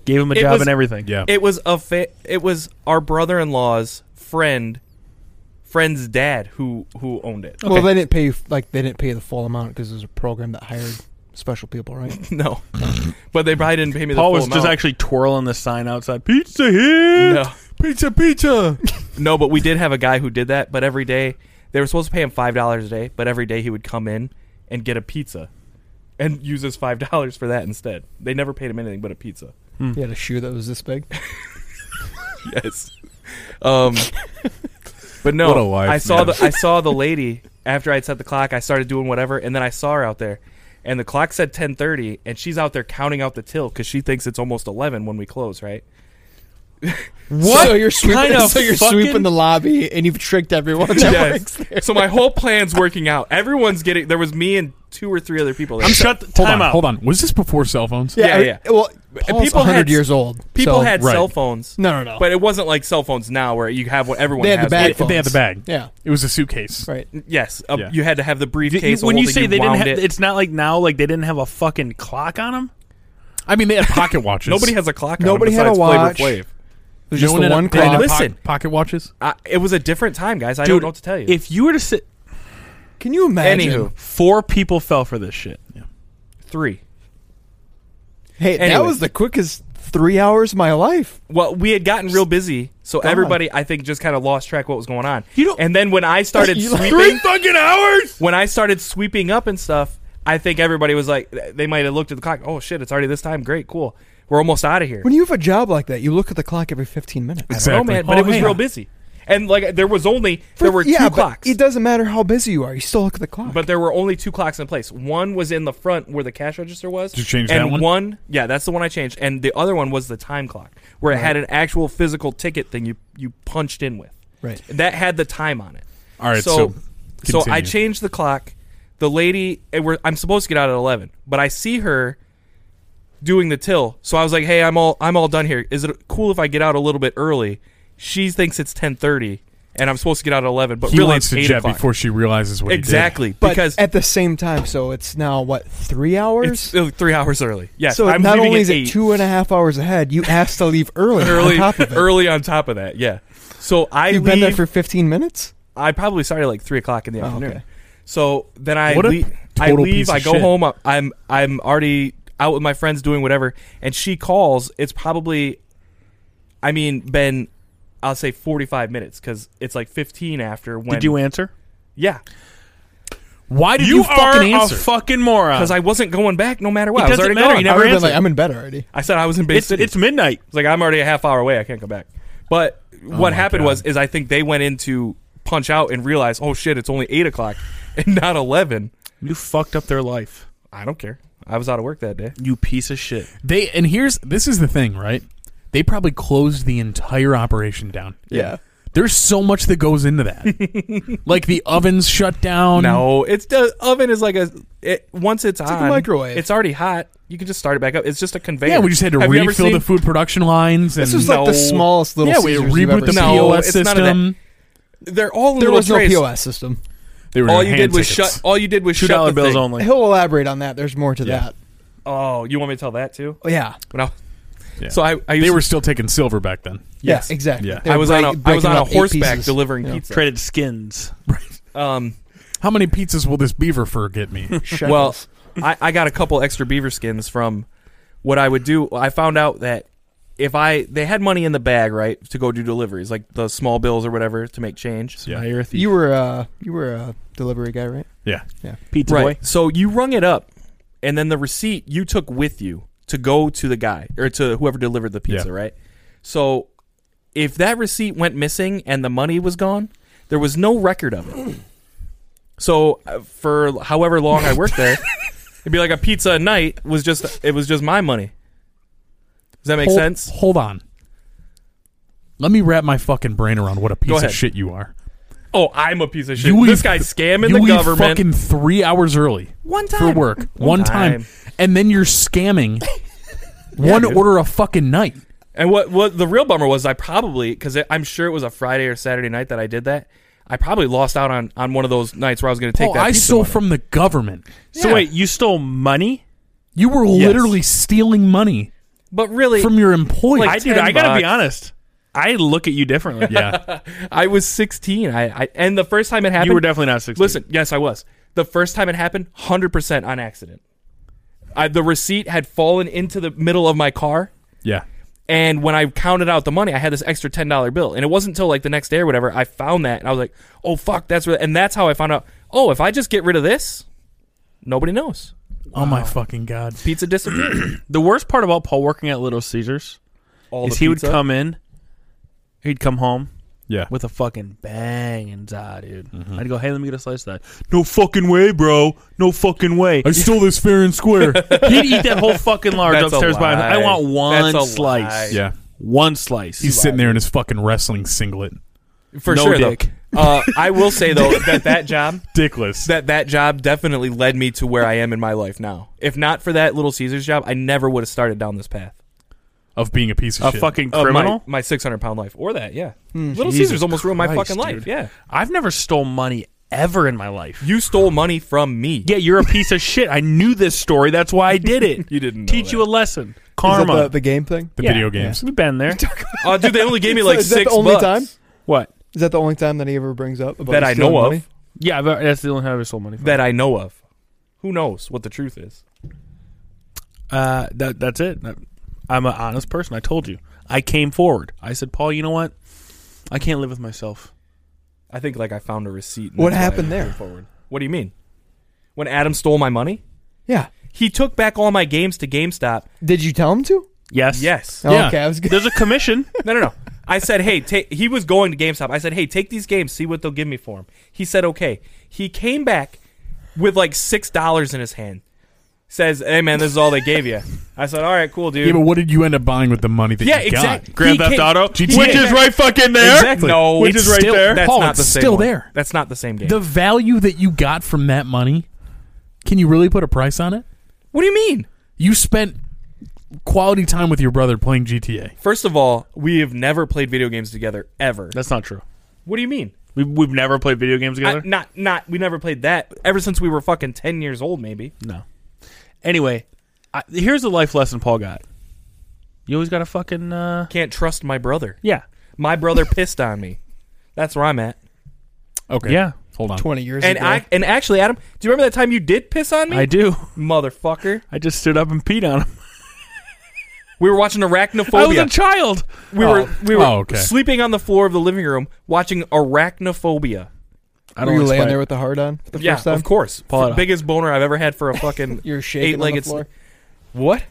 Gave him a
It
job
was-
and everything.
Yeah.
it was a fa- it was our brother-in-law's friend, friend's dad who who owned it.
well, they didn't pay you like they didn't pay you the full amount because it was a program that hired special people, right?
No, but they probably didn't pay me. The
Paul
full
was just
amount.
actually twirling the sign outside. Pizza here.
no,
pizza, pizza.
no, but we did have a guy who did that. But every day they were supposed to pay him five dollars a day, but every day he would come in and get a pizza, and use his five dollars for that instead. They never paid him anything but a pizza.
You had a shoe that was this big.
yes. Um, but no,
What a life,
I saw
man.
the I saw the lady after I'd set the clock. I started doing whatever, and then I saw her out there, and the clock said ten thirty, and she's out there counting out the till because she thinks it's almost eleven when we close, right?
What? So you're sweeping,
kind of
so you're
fucking-
sweeping the lobby, and you've tricked everyone. That works there.
So my whole plan's working out. Everyone's getting. There was me and two or three other people. There.
Shut the
Hold
time
on.
out.
Hold on. Was this before cell phones?
Yeah,
I-
yeah.
Well, Paul's
people
people 100
had-
years old.
People
so-
had
Right.
cell phones.
no, no, no.
But it wasn't like cell phones now, where you have what everyone
They had the
has.
bag
right?
phone.
They had the bag.
yeah,
It was a suitcase.
right.
Yes, uh,
Yeah.
you had to have the
Did you-
briefcase.
when you
holding-
say they didn't
wound
have,
it.
it's not like now, like they didn't have a fucking clock on them.
I mean, they had pocket watches.
nobody has a clock. on
Nobody had a
besides Flavor
watch.
Flav.
was
You
just
know
the
when it-
one
they end
clock.
up
Listen.
poc- pocket watches.
I, it was a different time, guys. I
Dude,
don't know what to tell you.
If you were to sit,
Can you imagine?
Anywho,
four people fell for this shit.
three.
Hey, that
Anyway.
was the quickest three hours of my life.
Well, we had gotten real busy, so
God.
everybody, I think, just kind of lost track of what was going on.
You don't-
and then when I started
You like-
sweeping,
fucking hours.
when I started sweeping up and stuff, I think everybody was like, they might have looked at the clock. Oh shit, it's already this time. Great, cool. We're almost out of here.
When you have a job like that, you look at the clock every 15 minutes.
I don't know,
Exactly.
man, but
Oh,
it was
hey.
real busy, and like there was only there were
yeah,
two
but
clocks.
It doesn't matter how busy you are, you still look at the clock.
But there were only two clocks in place. One was in the front where the cash register was.
Did you change
and
that one?
yeah, that's the one I changed. And the other one was the time clock, where it had an actual physical ticket thing you you punched in with.
right.
That had the time on it.
All right, so,
so so, I
continue.
changed the clock. The lady, and we're, I'm supposed to get out at eleven, but I see her doing the till. So I was like, "Hey, I'm all I'm all done here. Is it cool if I get out a little bit early?" She thinks it's ten thirty, and I'm supposed to get out at eleven, but
He
really
wants
it's
to
eight
jet
o'clock.
before she realizes what he did.
exactly
But
because
at the same time, so it's now, what, three hours?
It's uh, three hours early. Yes,
so
I'm
not
leaving
only
at
is it
eight.
two and a half hours ahead, you asked to leave early.
early,
on top of it.
early on top of that. Yeah. So I
You've
leave.
been there for 15 minutes?
I probably started like three o'clock in the
Oh,
afternoon.
okay.
So then I
What a
leave. I
total
leave.
piece of
I go
shit.
home. I- I'm I'm already out with my friends doing whatever, and she calls. It's probably, I mean, been. I'll say 45 minutes because it's like 15 after when.
Did you answer?
Yeah,
Why did you,
you, are
fucking answer?
a fucking moron.
because I wasn't going back no matter what.
Oh. It
I was
doesn't
already
matter,
gone.
you
I
never
would have been
answered.
like, I'm in bed already.
I said I was in Bay
it's,
City.
it's midnight.
It's like I'm already a half hour away. I can't come back. But what
Oh my
happened
God.
was is I think they went in to punch out and realize, oh shit, it's only eight o'clock and not eleven.
You fucked up their life.
I don't care. I was out of work that day.
You piece of shit.
They and here's this is the thing, right? They probably closed the entire operation down.
Yeah.
There's so much that goes into that. like the ovens shut down.
No, it's the oven is like a it once it's,
like
on
a microwave.
It's already hot. You can just start it back up. It's just a conveyor.
Yeah, we just had to
Have you ever
refill the
seen-
food production lines and
This was like
No.
the smallest little
yeah, we
Caesars you've
reboot
ever
the
seen.
No,
POS
it's none of that.
system.
They're all in
There
little
was no
trays.
POS system.
They were
All
doing
you
hand
did was
tickets.
shut. All you did was
Two
shut
dollar
the
bills
thing.
only.
He'll elaborate on that. There's more to
Yeah.
that.
Oh, you want me to tell that too?
Oh, yeah.
No.
Yeah.
So I, I used
They
to-
were still taking silver back then.
Yes.
Yeah, exactly.
Yeah.
They
I
were
was
break-
on a I was
breaking
on a
up eight
horseback
pieces.
delivering
Yeah.
pizza.
Traded skins.
Um,
How many pizzas will this beaver fur get me?
Well, I, I got a couple extra beaver skins from what I would do. I found out that if I they had money in the bag, right, to go do deliveries, like the small bills or whatever to make change.
Yeah.
Now you're a thief.
You were a you were a delivery guy, right?
yeah.
pizza boy.
Right. So you rung it up and then the receipt you took with you to go to the guy or to whoever delivered the pizza,
Yeah.
right? So if that receipt went missing and the money was gone, there was no record of it. So uh, for however long I worked there, it'd be like a pizza a night was just it was just my money. Does that make
hold,
sense?
Hold on. Let me wrap my fucking brain around what a piece
ahead.
of shit you are.
Oh, I'm a piece of shit.
You
this
eat-
guy's scamming
you
the
eat
government.
fucking three hours early
one
for
time
work. One, time.
time.
And then you're scamming one
dude.
order a fucking night.
And what what the real bummer was, I probably because I'm sure it was a Friday or Saturday night that I did that. I probably lost out on on one of those nights where I was going to take
Oh,
Paul,
that.
Oh, I
pizza
stole
money.
from the government.
So wait, you stole money?
You were literally stealing money
but really,
from your employer.
Like,
I dude,
10
I gotta be
bucks.
honest. I look at you differently.
yeah.
I was 16. I, I and the first time it happened,
you were definitely not sixteen.
Listen, yes, I was. The first time it happened, 100% on accident. I, the receipt had fallen into the middle of my car.
Yeah.
And when I counted out the money, I had this extra ten dollar bill, and it wasn't until like the next day or whatever I found that, and I was like, "Oh fuck, that's where." And that's how I found out. Oh, if I just get rid of this, nobody knows.
Oh my fucking god.
Pizza disappeared.
the worst part about Paul working at Little Caesars
All
is
the
he would
pizza.
come in, he'd come home
Yeah.
with a fucking banging za, dude. I'd go, hey, let me get a slice of that. No fucking way, bro. No fucking way.
I stole this fair and square.
He'd eat that whole fucking large
That's a
upstairs by him. I
lie.
want one
That's a
slice.
lie.
yeah.
One slice.
He's sitting there in his fucking wrestling singlet.
for
no
sure.
dick.
Though, uh, I will say though that that job
Dickless.
that that job definitely led me to where I am in my life now. If not for that Little Caesars job, I never would have started down this path.
of being a piece of
a
shit.
fucking
Of
criminal.
my, my
Hmm,
six hundred pound life, or that, yeah. Little
Jesus
Caesars almost ruined my
Christ,
fucking life.
dude.
Yeah,
I've never stole money ever in my life.
You stole money from me.
Yeah, you're a piece of shit. I knew this story. That's why I did it.
You didn't know
teach
that.
you a lesson.
Is that
Karma.
the, the game thing?
The
Yeah.
video games.
We've been there.
Oh, dude, they only gave me like
Is that
six
the only
bucks.
time?
What?
Is that the only time that he ever brings up about
that
you
I
stealing
know
money?
of.
Yeah, but that's the only time I ever sold money. From.
That I know of. Who knows what the truth is?
Uh, that that's it. I'm an honest person. I told you. I came forward. I said, Paul, you know what? I can't live with myself.
I think like I found a receipt. and
What
that's why I
happened
moved
there?
Forward. What do you mean? When Adam stole my money,
Yeah.
he took back all my games to GameStop.
Did you tell him to?
Yes.
Yes.
Oh,
Yeah.
Okay, I was good.
There's a commission.
No, no, no. I said, hey, ta- he was going to GameStop. I said, hey, take these games, see what they'll give me for them. He said, okay. He came back with like six dollars in his hand. Says, hey man, this is all they gave you. I said, all right, cool, dude.
Yeah, but what did you end up buying with the money that
Yeah,
you
exact-
got?
Grand He Theft came- Auto,
GTA.
which is right
fucking
Exactly. No,
which is right
still-
there.
That's
Paul,
not
it's
the same
still
one.
there.
That's not the same game.
The value that you got from that money, can you really put a price on it?
what do you mean?
You spent quality time with your brother playing GTA.
First of all, we have never played video games together ever.
That's not true.
What do you mean?
We've, we've never played video games
I,
together.
not not we never played that ever since we were fucking 10 years old maybe.
no. Anyway, I, here's the life lesson Paul got. You always got to fucking. Uh,
Can't trust my brother.
yeah.
My brother pissed on me. That's where I'm at.
Okay.
Yeah.
Hold on.
Twenty years
And
ago.
I and actually Adam, do you remember that time you did piss on me?
I do.
motherfucker.
I just stood up and peed on him.
We were watching
I was a
Arachnophobia.
child.
we were we were
Oh, okay.
sleeping on the floor of the living room watching Arachnophobia.
I
Were you
don't wanna
laying
explain.
there with the hard on for the
Oh, yeah,
first time?
of course.
Paul,
F- biggest boner I've ever had for a fucking
You're shaking on the
eight-legged
floor.
snake. What?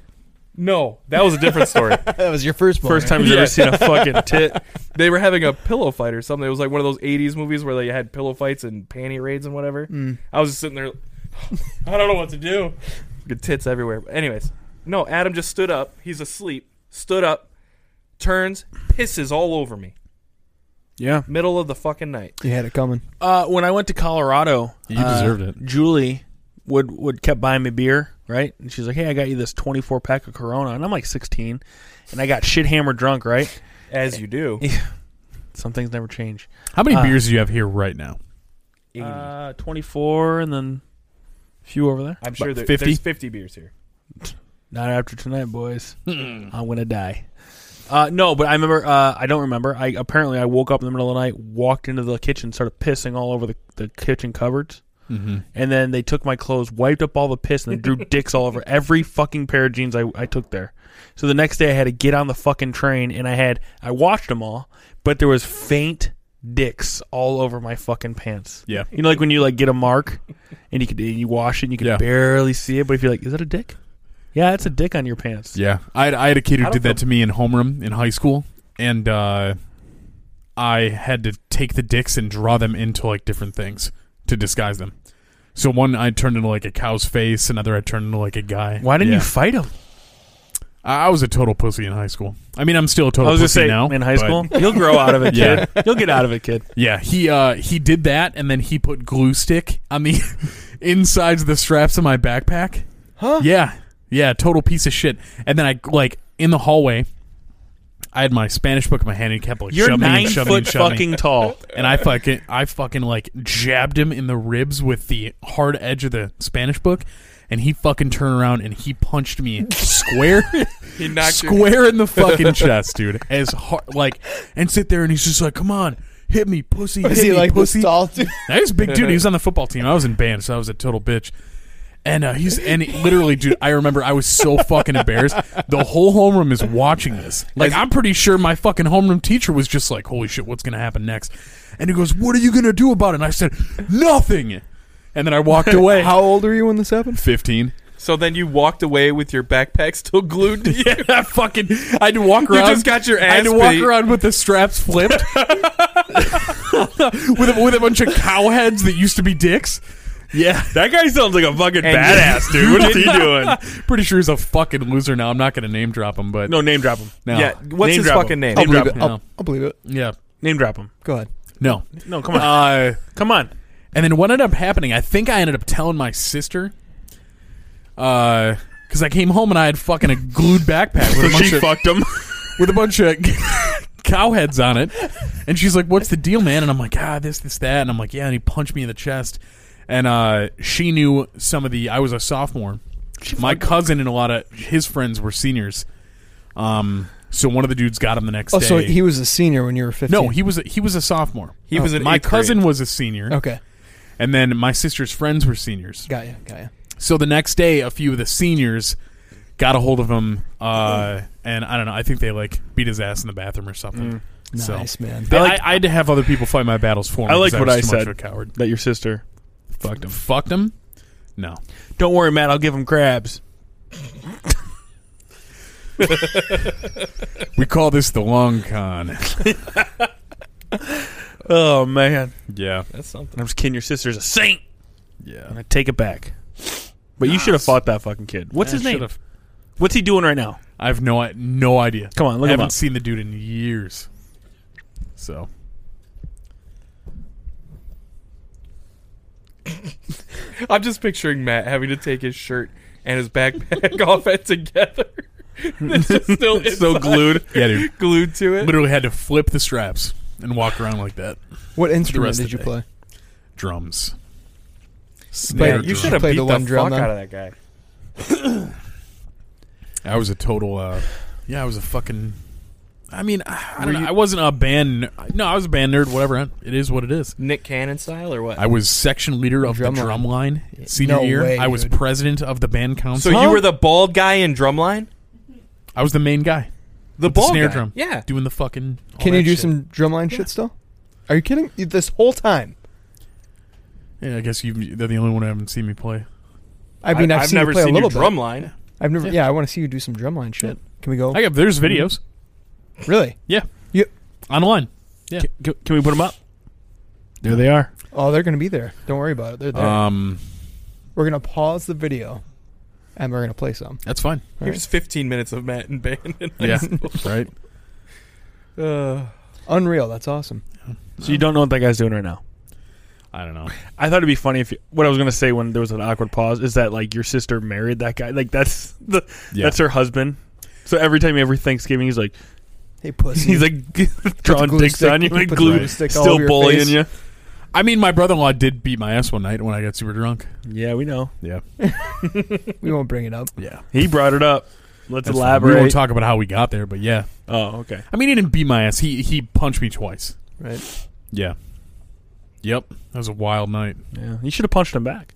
No, that was a different story.
that was your first
First time you've ever seen a fucking tit.
they were having a pillow fight or something. It was like one of those '80s movies where they had pillow fights and panty raids and whatever.
Mm.
I was just sitting there. I don't know what to do. Good tits everywhere. But anyways, no. Adam just stood up. He's asleep. Stood up, turns, pisses all over me.
Yeah.
Middle of the fucking night.
You had it coming.
Uh, when I went to Colorado,
You
uh,
deserved it.
Julie would would kept buying me beer, right? And she's like, "Hey, I got you this 24 pack of Corona," and I'm like 16, and I got shit hammered drunk, right?
As you do.
Some things never change.
How many
Uh,
beers do you have here right now?
Uh, 24, and then a few over there.
I'm sure
about
that
50?
there's 50 beers here.
Not after tonight, boys. I'm gonna die. Uh, no, but I remember. Uh, I don't remember. I apparently I woke up in the middle of the night, walked into the kitchen, started pissing all over the, the kitchen cupboards, and then they took my clothes, wiped up all the piss, and then drew dicks all over every fucking pair of jeans I, I took there. So the next day I had to get on the fucking train, and I had I washed them all, but there was faint dicks all over my fucking pants.
Yeah.
You know, like when you like get a mark, and you could and you wash it, and you can
Yeah.
barely see it, but if you're like, is that a dick? Yeah, it's a dick on your pants.
Yeah, I had, I had a kid who
I
did
don't
that to me in homeroom in high school, and uh, I had to take the dicks and draw them into like different things to disguise them. So one I turned into like a cow's face, another I turned into like a guy.
Why didn't
Yeah.
you fight him?
I I was a total pussy in high school. I mean, I'm still a total
I was
pussy
gonna say
now.
in high
but-
school, you'll grow out of it,
Yeah.
kid. You'll get out of it, kid.
Yeah, he uh he did that, and then he put glue stick on the insides of the straps of my backpack.
Huh?
Yeah, yeah, total piece of shit. And then I like in the hallway, I had my Spanish book in my hand and he kept like
You're
shoving me
nine
and shoving me
foot
and shoving me.
fucking tall.
And I fucking I fucking like jabbed him in the ribs with the hard edge of the Spanish book, and he fucking turned around and he punched me square
He knocked
square in the fucking chest, dude. As hard like and sit there and he's just like, Come on, hit me, pussy, hit
Is he
me,
like
pussy.
this tall too?
That was a big dude. He was on the football team. I was in band, so I was a total bitch. And uh, he's and it- literally, dude. I remember I was so fucking embarrassed. The whole homeroom is watching this. Like I'm pretty sure my fucking homeroom teacher was just like, "Holy shit, what's gonna happen next?" And he goes, "What are you gonna do about it?" And I said, "Nothing." And then I walked away.
How old were you when this happened?
Fifteen.
So then you walked away with your backpack still glued to you.
Yeah, I fucking. I had to walk
You
around.
just got your
I had
ass
to walk
beat.
around with the straps flipped, with a, with a bunch of cow heads that used to be dicks. Yeah,
That guy sounds like a fucking
badass, dude. What is he
doing?
Pretty sure he's a fucking loser now. I'm not going to name drop him, but
No, name drop him.
no.
Yeah, what's
Name
his
drop
fucking
him.
name?
Name drop
it.
him.
No.
I'll, I'll believe it.
yeah,
Name drop him.
Go ahead.
no.
No, come on,
Uh,
come on.
and then what ended up happening? I think I ended up telling my sister, uh, because I came home and I had fucking a glued backpack with a bunch of
fucked him.
with a bunch of cow heads on it. And she's like, "What's the deal, man?" And I'm like, "Ah, this, this, that." And I'm like, "Yeah." And he punched me in the chest. And uh, she knew some of the. I was a sophomore. My cousin and a lot of his friends were seniors. Um, so one of the dudes got him the next
Oh,
day.
so he was a senior when you were 15.
no, he was a, he was a sophomore. Oh.
He was in
my
eighth grade.
cousin was a senior,
Okay.
and then my sister's friends were seniors.
Got you. Got you.
So the next day, a few of the seniors got a hold of him, uh, and I don't know. I think they like beat his ass in the bathroom or something.
Mm.
So
Nice, man.
I, I, had to have other people fight my battles for me.
I like
'cause
what
was
I
too
said.
Much of a coward
That your sister.
fucked him. Fucked him. No,
Don't worry, Matt. I'll give him crabs.
we call this the long con.
Oh man,
yeah,
That's something.
I'm just kidding. Your sister's a saint.
yeah.
And I take it back. But you should have fought that fucking kid. What's
I
his name?
should've-
What's he doing right now?
I have no i- no idea.
Come on, look
I
him
haven't
up.
seen the dude in years. So
I'm just picturing Matt having to take his shirt and his backpack off at together. it's just still it's
so glued. yeah, dude.
glued to it.
Literally had to flip the straps and walk around like that.
What instrument
rest of
did you
the
play?
Drums.
Snare
you
drum.
should have
Play
beat
the
the,
one drum
fuck
then.
out of that guy.
I was a total. Uh, yeah, I was a fucking. I mean, I, I don't know. I wasn't a band. No, I was a band nerd. Whatever. It is what it is.
Nick Cannon style or what?
I was section leader of
Drum
the
line.
drum line senior
No
year.
way,
I was
dude.
president of the band
so
council.
you were the bald guy in Drumline?
I was the main guy.
The
with the
bald
snare
guy.
drum.
Yeah.
Doing the fucking. all
Can
that
you do
shit.
some drumline shit still? Are you kidding? You- This whole time.
Yeah, I guess you. They're the only one who haven't seen me play.
I mean, I've,
have
seen
never
you play
seen
a little
your
bit.
drumline.
I've never.
Yeah.
Yeah, I want to see you do some drumline shit. Can we go?
I got. There's videos
really?
Mm-hmm. Yeah.
You,
online. Yeah.
Can, can we put him up? There they are.
oh, they're gonna be there. Don't worry about it. They're there.
Um,
we're gonna pause the video, and we're gonna play some.
that's fine.
All
Here's 15 minutes of Matt and band.
Yeah. right.
Uh,
Unreal. That's awesome.
So you don't know what that guy's doing right now.
I don't know.
I thought it'd be funny if you, what I was gonna say when there was an awkward pause is that like your sister married that guy. Like that's the
Yeah.
that's her husband. So every time every Thanksgiving he's like
Hey, pussy.
he's like drawing
glue
dicks
stick-
on you
put
and
the
glue
glue stick all
still
over your
bullying
face.
you.
I mean, my brother-in-law did beat my ass one night when I got super drunk.
Yeah, we know.
Yeah.
we won't bring it up.
Yeah.
He brought it up. Let's
That's fine. We
elaborate.
won't talk about how we got there, but yeah.
oh, okay.
I mean, he didn't beat my ass. He he punched me twice.
Right.
Yeah. Yep. That was a wild night.
Yeah, you should have punched him back.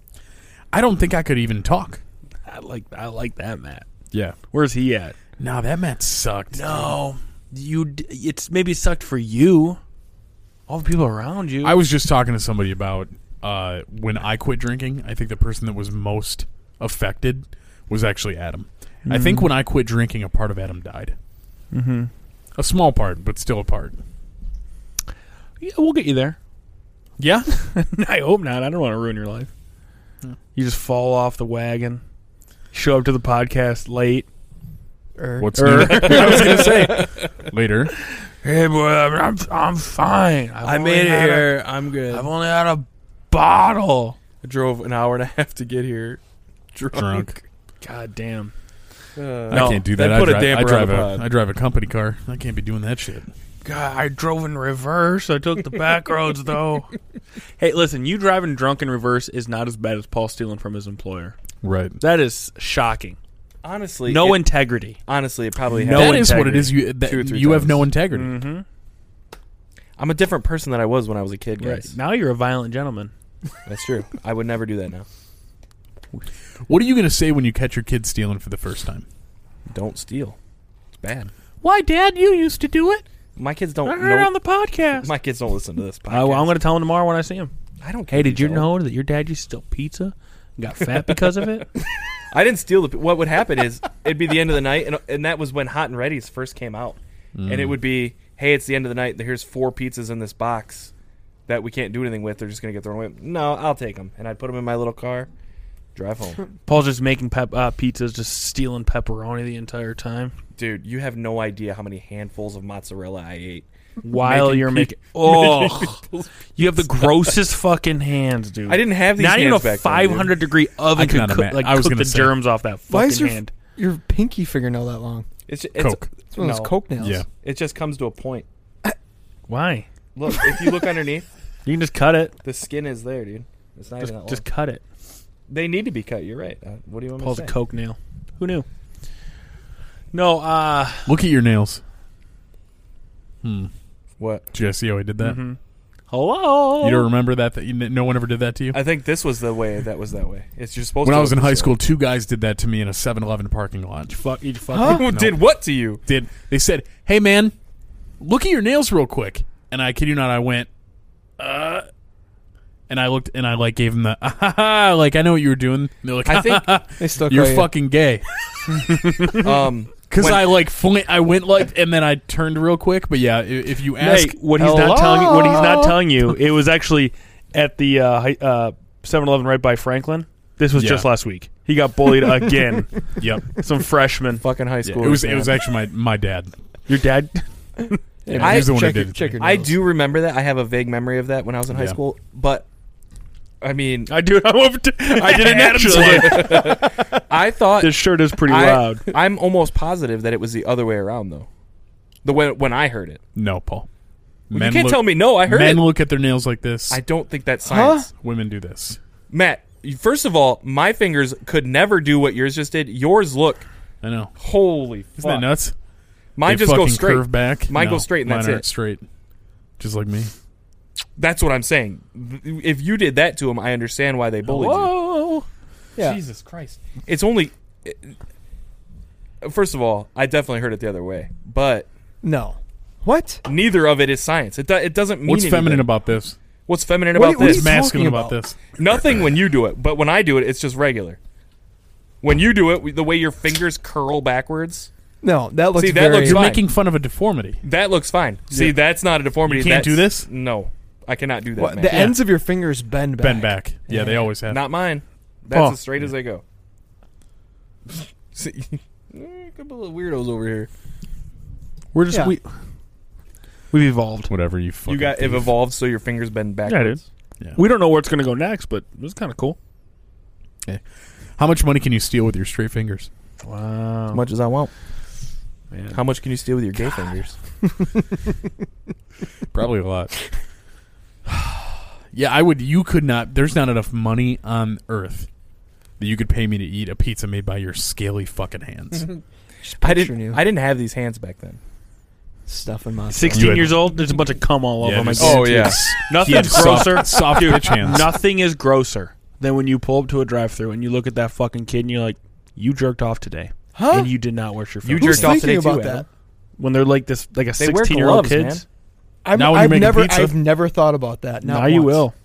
I don't think I could even talk.
I like I like that Matt.
Yeah.
Where's he at?
Nah, that man sucked.
No, you. d- It's maybe sucked for you. All the people around you.
I was just talking to somebody about uh, when I quit drinking. I think the person that was most affected was actually Adam. I think when I quit drinking, a part of Adam died. Hmm. Mm-hmm. A small part, but still a part.
yeah, we'll get you there.
Yeah.
I hope not. I don't want to ruin your life. You just fall off the wagon. Show up to the podcast late.
Or
What's
Or-
new? I was gonna say later.
Hey, boy, I'm I'm, I'm fine. I've
I
only
made it
had a-
here. i I'm good.
I've
I
only had a bottle.
drove an hour and a half to get here. Drunk.
Drunk.
God damn.
Uh,
I can't do that. I
put
drive,
a damper
I drive
on the
a-
pod.
I drive a company car. I can't be doing that shit.
God, I drove in reverse. I took the back roads though. Hey, listen, you driving drunk in reverse is not as bad as Paul stealing from his employer.
Right.
That is shocking.
honestly,
No
it,
integrity.
honestly, it probably
No
happened.
that is what it
integrity.
is. You that,
Two or three
you have
times.
no integrity.
Mm-hmm.
I'm a different person than I was when I was a kid,
Right.
guys.
Now you're a violent gentleman.
That's true. I would never do that now.
What are you gonna say when you catch your kid stealing for the first time?
Don't steal. It's bad.
Why, Dad? You used to do it.
My kids don't.
I heard
know,
on the podcast.
my kids don't listen to this
I,
podcast.
am going to tell him tomorrow when I see him.
I don't. care
Hey,
if
did you
don't.
know that your dad used to steal pizza? and Got fat because of it.
I didn't steal the. What would happen is it'd be the end of the night, and and that was when Hot and Ready's first came out, and it
Mm.
would be, hey, it's the end of the night. Here's four pizzas in this box that we can't do anything with. They're just gonna get thrown away. No, I'll take them, and I'd put them in my little car, drive home.
Paul's just making pep- uh, pizzas, just stealing pepperoni the entire time
Dude, you have no idea how many handfuls of mozzarella I ate.
while
Making
you're
pi-
making. Oh, you have the grossest fucking hands, dude.
I didn't have these.
Not even a
hands back then, dude.
500 degree
I
oven could
cannot
cook,
ima-
like
I was
cook
gonna
the
say.
germs off that
Why is
fucking
your,
hand.
your pinky fingernail that long?
It's, ju- it's
Coke.
It's one of
No.
those coke nails.
Yeah.
It just comes to a point.
Why?
Look, if you look underneath,
You can just cut it.
the skin is there, dude. It's not
Just,
even that
just
long.
cut it.
They need to be cut. You're right. Uh, what do you want
Paul's
me
a
to say?
coke nail. Who knew? No. Uh.
Look at your nails. Hmm.
what?
Did you guys see how Oh, I did that?
mhm. Hello.
You don't remember that? That you, no one ever did that to you.
I think this was the way that was that way. It's you're supposed
when
to
I was in
look
high
this way.
school, two guys did that to me in a 7-Eleven parking lot.
Fuck. You fuck.
Who did what to you?
Did they said, "Hey man, look at your nails real quick," and I kid you not, I went, uh, and I looked and I like gave them the, ah, ha, ha, like I know what you were doing. And they're like,
I think-
"Ah, ha, ha,
They still
you're
call you.
fucking gay
Um,
because
When-
I like fl- I went like and then I turned real quick. But yeah, i- if you ask,
Hey, what he's not telling you. What he's not telling you. It was actually at the uh, hi- uh, 7-Eleven right by Franklin. This was
Yeah.
just last week. He got bullied again.
yep,
Some freshman.
fucking high
Yeah,
school.
it was it was actually my my dad.
Your dad.
Yeah,
I-
he was the one who
check your-
did it to
check
me.
your
I
nails.
do remember that. I have a vague memory of that when I was in high
Yeah.
school. But I mean,
I do. I'm over to, I did it naturally.
I thought
this shirt is pretty
I,
loud.
I'm almost positive that it was the other way around though. The way when I heard it,
No, Paul.
you can't tell me no. I heard
men
it.
look at their nails like this.
I don't think that's science,
Women do this.
Matt. you- First of all, my fingers could never do what yours just did. Yours look
I know.
holy
Isn't
fuck.
that nuts?
Mine
They
just go
fucking
straight.
Curve back.
Mine
no,
goes straight and
mine
that's
aren't
it.
Straight, just like me.
That's what I'm saying. If you did that to him, I understand why they bullied you.
Whoa.
Yeah.
Jesus Christ. It's only. eh, First of all, I definitely heard it the other way, but
No. What?
neither of it is science. It, do, it doesn't mean
What's
anything.
feminine about this?
What's feminine
What
about
do you- what
this?
do
Masculine
talking
about,
about?
this?
Nothing when you do it, but when I do it, it's just regular. When you do it, the way your fingers curl backwards,
No, that looks
See, that
very.
looks
You're
fine.
making fun of a deformity.
that looks fine. See,
Yeah.
that's not a deformity.
You can't
That's-
do this?
No, I cannot do that.
What,
man.
the ends of your fingers bend back.
Bend back. Yeah, they always have.
Not mine. That's
Oh.
as straight as they go. See, a couple of weirdos over here.
We're just
Yeah.
we. We've evolved.
Whatever you fucking.
you got
thief.
it evolved so your fingers bend
Yeah,
backwards.
dude. We don't know where it's going to go next, but it was kind of cool.
How much money can you steal with your straight fingers?
Wow.
as much as I want.
Man.
How much can you steal with your gay fingers?
Probably a lot. yeah, I would. You could not. There's not enough money on earth that you could pay me to eat a pizza made by your scaly fucking hands.
Just
I
picturing
didn't.
you
I didn't have these hands back then.
stuffing my.
You
16
had-
years old, there's a bunch of cum all over
Yeah,
my
just-
Oh, yeah.
Nothing
Yeah, just soft-
grosser.
soft
Dude,
bitch hands.
Nothing is grosser than when you pull up to a drive thru and you look at that fucking kid and you're like, you jerked off today.
Huh?
And you did not wash your face.
You
Who's
jerked off
thinking
today too,
about
Adam.
that?
When they're like this, like a
They wear
16 year old
gloves,
kid.
man.
I've,
Now when you're
I've
making
never.
pizza-
I've never thought about that. Not
Now you
once.
will.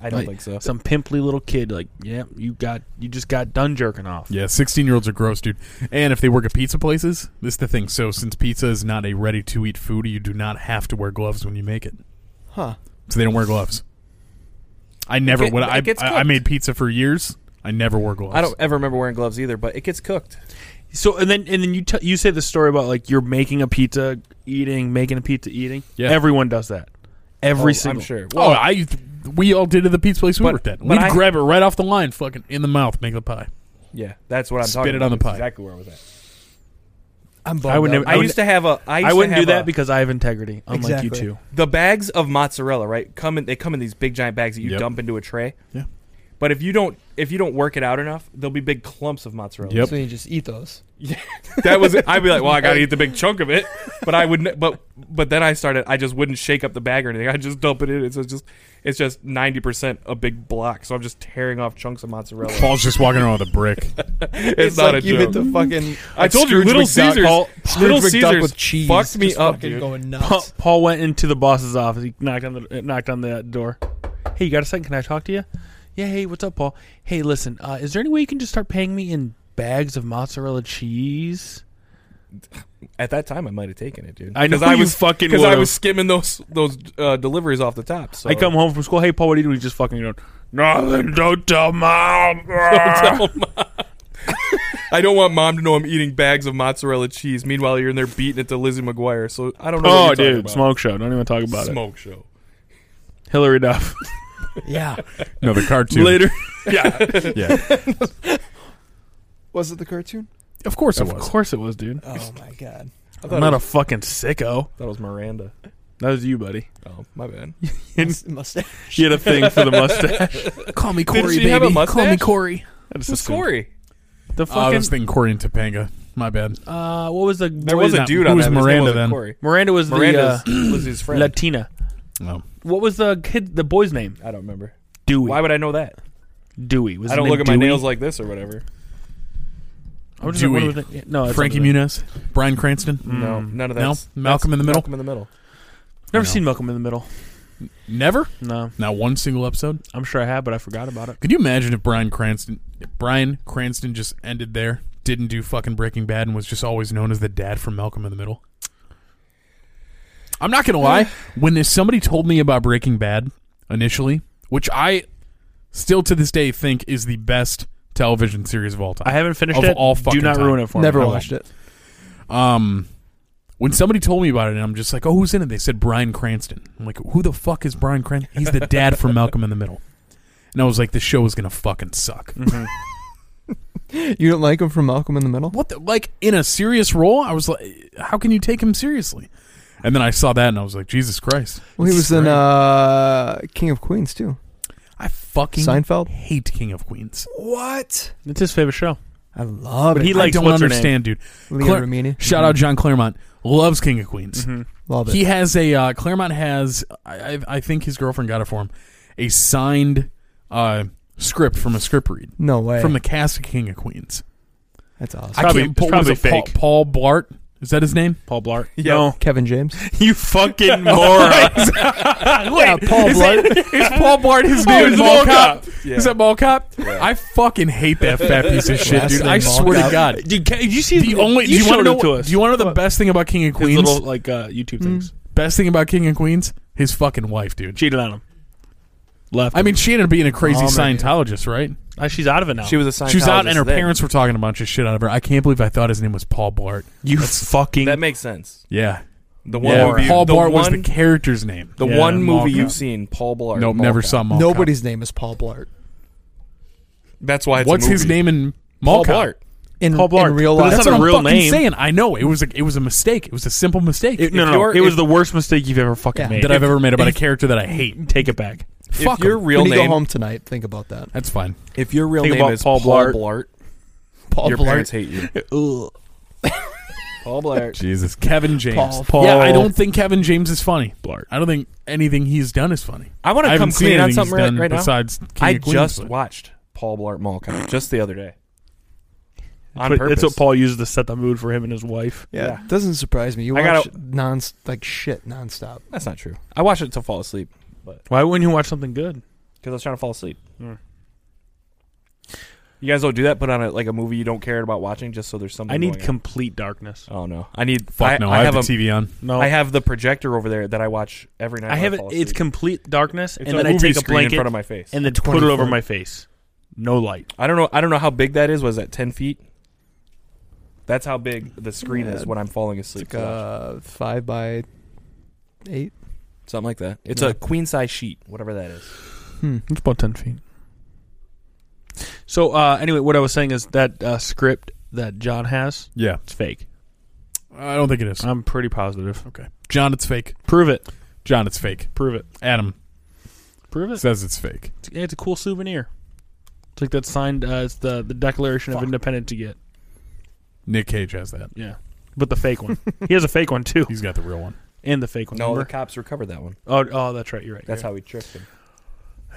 I don't
Like,
think so.
Some pimply little kid, like, yeah, you got, you just got done jerking off.
Yeah, sixteen year olds are gross, dude. And if they work at pizza places, this is the thing. So since pizza is not a ready to eat food, you do not have to wear gloves when you make it.
Huh?
So they don't wear gloves. I never
get-
would
it
I,
gets
I I
cooked.
made pizza for years. I never wore gloves.
I don't uh, ever remember wearing gloves either, but it gets cooked.
So and then and then you t- you say the story about like you're making a pizza, eating, making a pizza, eating.
Yeah.
everyone does that. Every
Oh,
single.
I'm sure.
Oh, I we all did at the pizza place we
But-
worked at.
but
We'd
I-
grab it right off the line, fucking in the mouth, make the pie.
Yeah, that's what I'm
Spit
talking
it
about.
on the
That's
pie.
Exactly where I was at.
I'm.
I would
bummed
never-
out.
I, used to have a. I, used
I
to
wouldn't do
have
that
a-
because I have integrity, unlike
Exactly.
you two.
the bags of mozzarella, right? Come in. They come in these big giant bags that you
Yep.
dump into a tray.
Yeah.
But if you don't, if you don't work it out enough, there'll be big clumps of mozzarella.
Yep.
So you just eat those.
That was. I'd be like, well, I gotta eat the big chunk of it. But I wouldn't. But but then I started. I just wouldn't shake up the bag or anything. I just dump it in. It's just. It's just ninety percent a big block. So I'm just tearing off chunks of mozzarella.
Paul's just walking around with a brick.
it's,
It's
not
like
a
you
joke.
hit the fucking.
I told you,
Scrooge
Little
McDuck-
Caesars.
Paul- Scrooge
Little
McDuck
Caesars
with cheese
fucked me
just
up,
fucking
dude.
Going
Pa-
nuts.
Paul went into the boss's office. He knocked on the uh, knocked on the door. Hey, you got a second? Can I talk to you? Yeah. Hey, what's up, Paul? Hey, listen. Uh, is there any way you can just start paying me in bags of mozzarella cheese?
At that time, I might have taken it, dude.
I know
'Cause I
you
was
fucking
because I
would've.
was skimming those those uh, deliveries off the top. So
I come home from school. Hey, Paul, what do you do? He's just fucking going. Nothing. Don't tell mom.
Tell mom. I don't want mom to know I'm eating bags of mozzarella cheese. Meanwhile, you're in there beating it to Lizzie McGuire. So I don't know.
Oh,
what you're
dude,
talking about.
smoke show. Don't even talk about
smoke show.
it. Hillary Duff.
yeah.
No, the cartoon.
Later.
Yeah.
Was it the cartoon?
Of course it
of
was.
course it was, dude.
Oh my god.
I
I'm
thought, it
not a
was,
fucking sicko.
thought it was Miranda.
That was you, buddy.
Oh, my bad.
Mus- mustache.
She had a thing for the mustache.
Call me
Did she have a mustache?
Corey.
Who's Corey?
Oh,
The
I
fucking
was thinking Corey and Topanga. My bad.
uh, what was the
There was a dude on
who's
that. but his name
Miranda
wasn't
then?
Corey.
Miranda was
Miranda
the
was his
uh,
friend.
Latina.
Oh.
What was the kid? The boy's name?
I don't remember.
Dewey.
Why would I know that?
Dewey? Was
I
his
don't
name
look at my
Dewey?
nails like this or whatever.
I was just like,
Dewey.
what was the- yeah, No, that's Mm.
Frankie
something.
Muniz, Brian Cranston.
No, none of
No?
that.
Mm. Malcolm in the Middle?
Malcolm in the Middle.
Never
No.
seen Malcolm in the Middle.
Never,
No,
not one single episode.
I'm sure I have, but I forgot about it.
Could you imagine if Brian Cranston, if Brian Cranston just ended there, didn't do fucking Breaking Bad, and was just always known as the dad from Malcolm in the Middle? I'm not gonna lie. When this, somebody told me about Breaking Bad initially, which I still to this day think is the best television series of all time.
I haven't finished
Of
it.
all
Do
fucking
not
time.
ruin it for me.
I
Never
won't.
watched it.
Um, when somebody told me about it, and I'm just like, "Oh, who's in it?" They said Brian Cranston. I'm like, "Who the fuck is Brian Cranston?" He's the dad from Malcolm in the Middle. And I was like, "This show is gonna fucking suck."
Mm.
You don't like him from Malcolm in the Middle?
What the like in a serious role? I was like, "How can you take him seriously?" And then I saw that, and I was like, "Jesus Christ!"
Well, he was
It's
in
great.
uh, King of Queens too.
I fucking
Seinfeld?
hate King of Queens.
What?
It's his favorite show.
I love
But
it.
he
I
likes
don't
what's her name?
understand, dude.
Leah
Clar-
Remini.
Shout out John Claremont. Loves King of Queens.
Mm-hmm.
Love it.
He has a uh, Claremont has I, I I think his girlfriend got it for him a signed uh, script from a script read
no way.
from the cast of King of Queens.
That's awesome.
probably-
I can't,
it's
what was
probably
it, Paul-
fake.
Paul, Blart is that his name?
Paul Blart.
Yeah.
Kevin James.
No, you fucking moron.
yeah, Paul Blart.
Is Paul Blart his name?
Oh, he's
Is
a
Mall
mall
Cop?
cop.
Yeah.
Is that Mall Cop? I fucking hate that fat piece of shit,
Last
dude.
name
I
Mall
swear to
Cop.
God.
Did you, did you see
The only do you want
showed
to
it
know?
to us?
Do you want to know the best thing about King of
his
Queens?
little like uh, YouTube things?
best thing about King of Queens? His fucking wife, dude.
Cheated on him. Left.
I mean, she ended up being a crazy
Oh, man.
Scientologist, right?
Uh, she's out of it now.
She was a scientist.
She was out, and her parents were talking a bunch of shit out of her. I can't believe I thought his name was Paul Blart.
you fucking.
That makes sense.
Yeah,
The one
yeah.
movie,
Paul
the
Blart was
one,
the character's name.
the
Yeah,
one
Mall
movie
Cop.
you've seen, Paul Blart.
Nope,
Mall
never
Cop.
saw Mall Cop.
Nobody's name is Paul Blart.
That's why it's a
What's his
movie.
name in Mall
Paul
Cop?
Blart.
In,
Paul Blart.
in real
But
life.
that's
That's
not
what
a
I'm
real
fucking
name.
saying. I know it was a, it was a mistake. It was a simple mistake
It- no,
if
no, no.
you're-
It was
if-
the worst mistake you've ever fucking
Yeah.
made.
that I've ever made about a character that I hate.
Take it back.
Fuck
if your
'em.
real
When you go
name,
home tonight, think about that.
That's fine.
if your real
Think
name
about
is
Paul
Paul
Blart.
Blart,
Paul
your
Blart.
parents hate you. Paul Blart.
Jesus, Kevin James.
Paul-
Yeah, I don't think Kevin James is funny.
Blart.
I don't think anything he's done is funny.
I want to
haven't
come
seen
clean on
anything he's
something right,
done
right now.
besides King
I
of Queens,
just
but-
watched Paul Blart Mall Cop just the other day. On
But
purpose.
That's what Paul uses to set the mood for him and his wife.
Yeah,
Yeah.
doesn't surprise me. You
I
watch
gotta-
non like shit nonstop.
That's not true. I watched it to fall asleep
Why wouldn't you watch something good?
because I was trying to fall asleep.
Mm.
You guys don't do that. Put on a, like a movie you don't care about watching just so there's something.
I need
going on.
complete darkness.
Oh no! I need.
Fuck
I,
no,
I, have,
the
a,
TV on.
No,
I have the projector over there that I watch every night.
I
when
have it.
fall
It's
asleep.
complete darkness,
It's
and then
a
I
movie
take a
screen
blanket
in front of my face.
and then put it
20
over
foot.
my face. No light.
I don't know. I don't know how big that is. Was that ten feet? That's how big the screen
Yeah.
is when I'm falling
It's
asleep.
like
to watch.
uh, five by eight.
Something like that. It's
Yeah.
a queen size sheet, whatever that is.
Hmm.
It's about ten feet. So uh, anyway, what I was saying is that uh, script that John has,
Yeah,
it's fake.
I don't think it is.
I'm pretty positive.
Okay, John, it's fake.
Prove it.
John, it's fake.
Prove it.
Adam
Prove it.
says it's fake.
It's, yeah, it's a cool souvenir. It's like that signed. Uh, it's the the Declaration of Independence you get.
Nick Cage has that.
Yeah, but the fake one. he has a fake one too,
He's got the real one.
and the fake one.
No, the
remember?
cops recovered that one.
Oh, oh, that's right. You're right.
That's
You're
how we tricked him.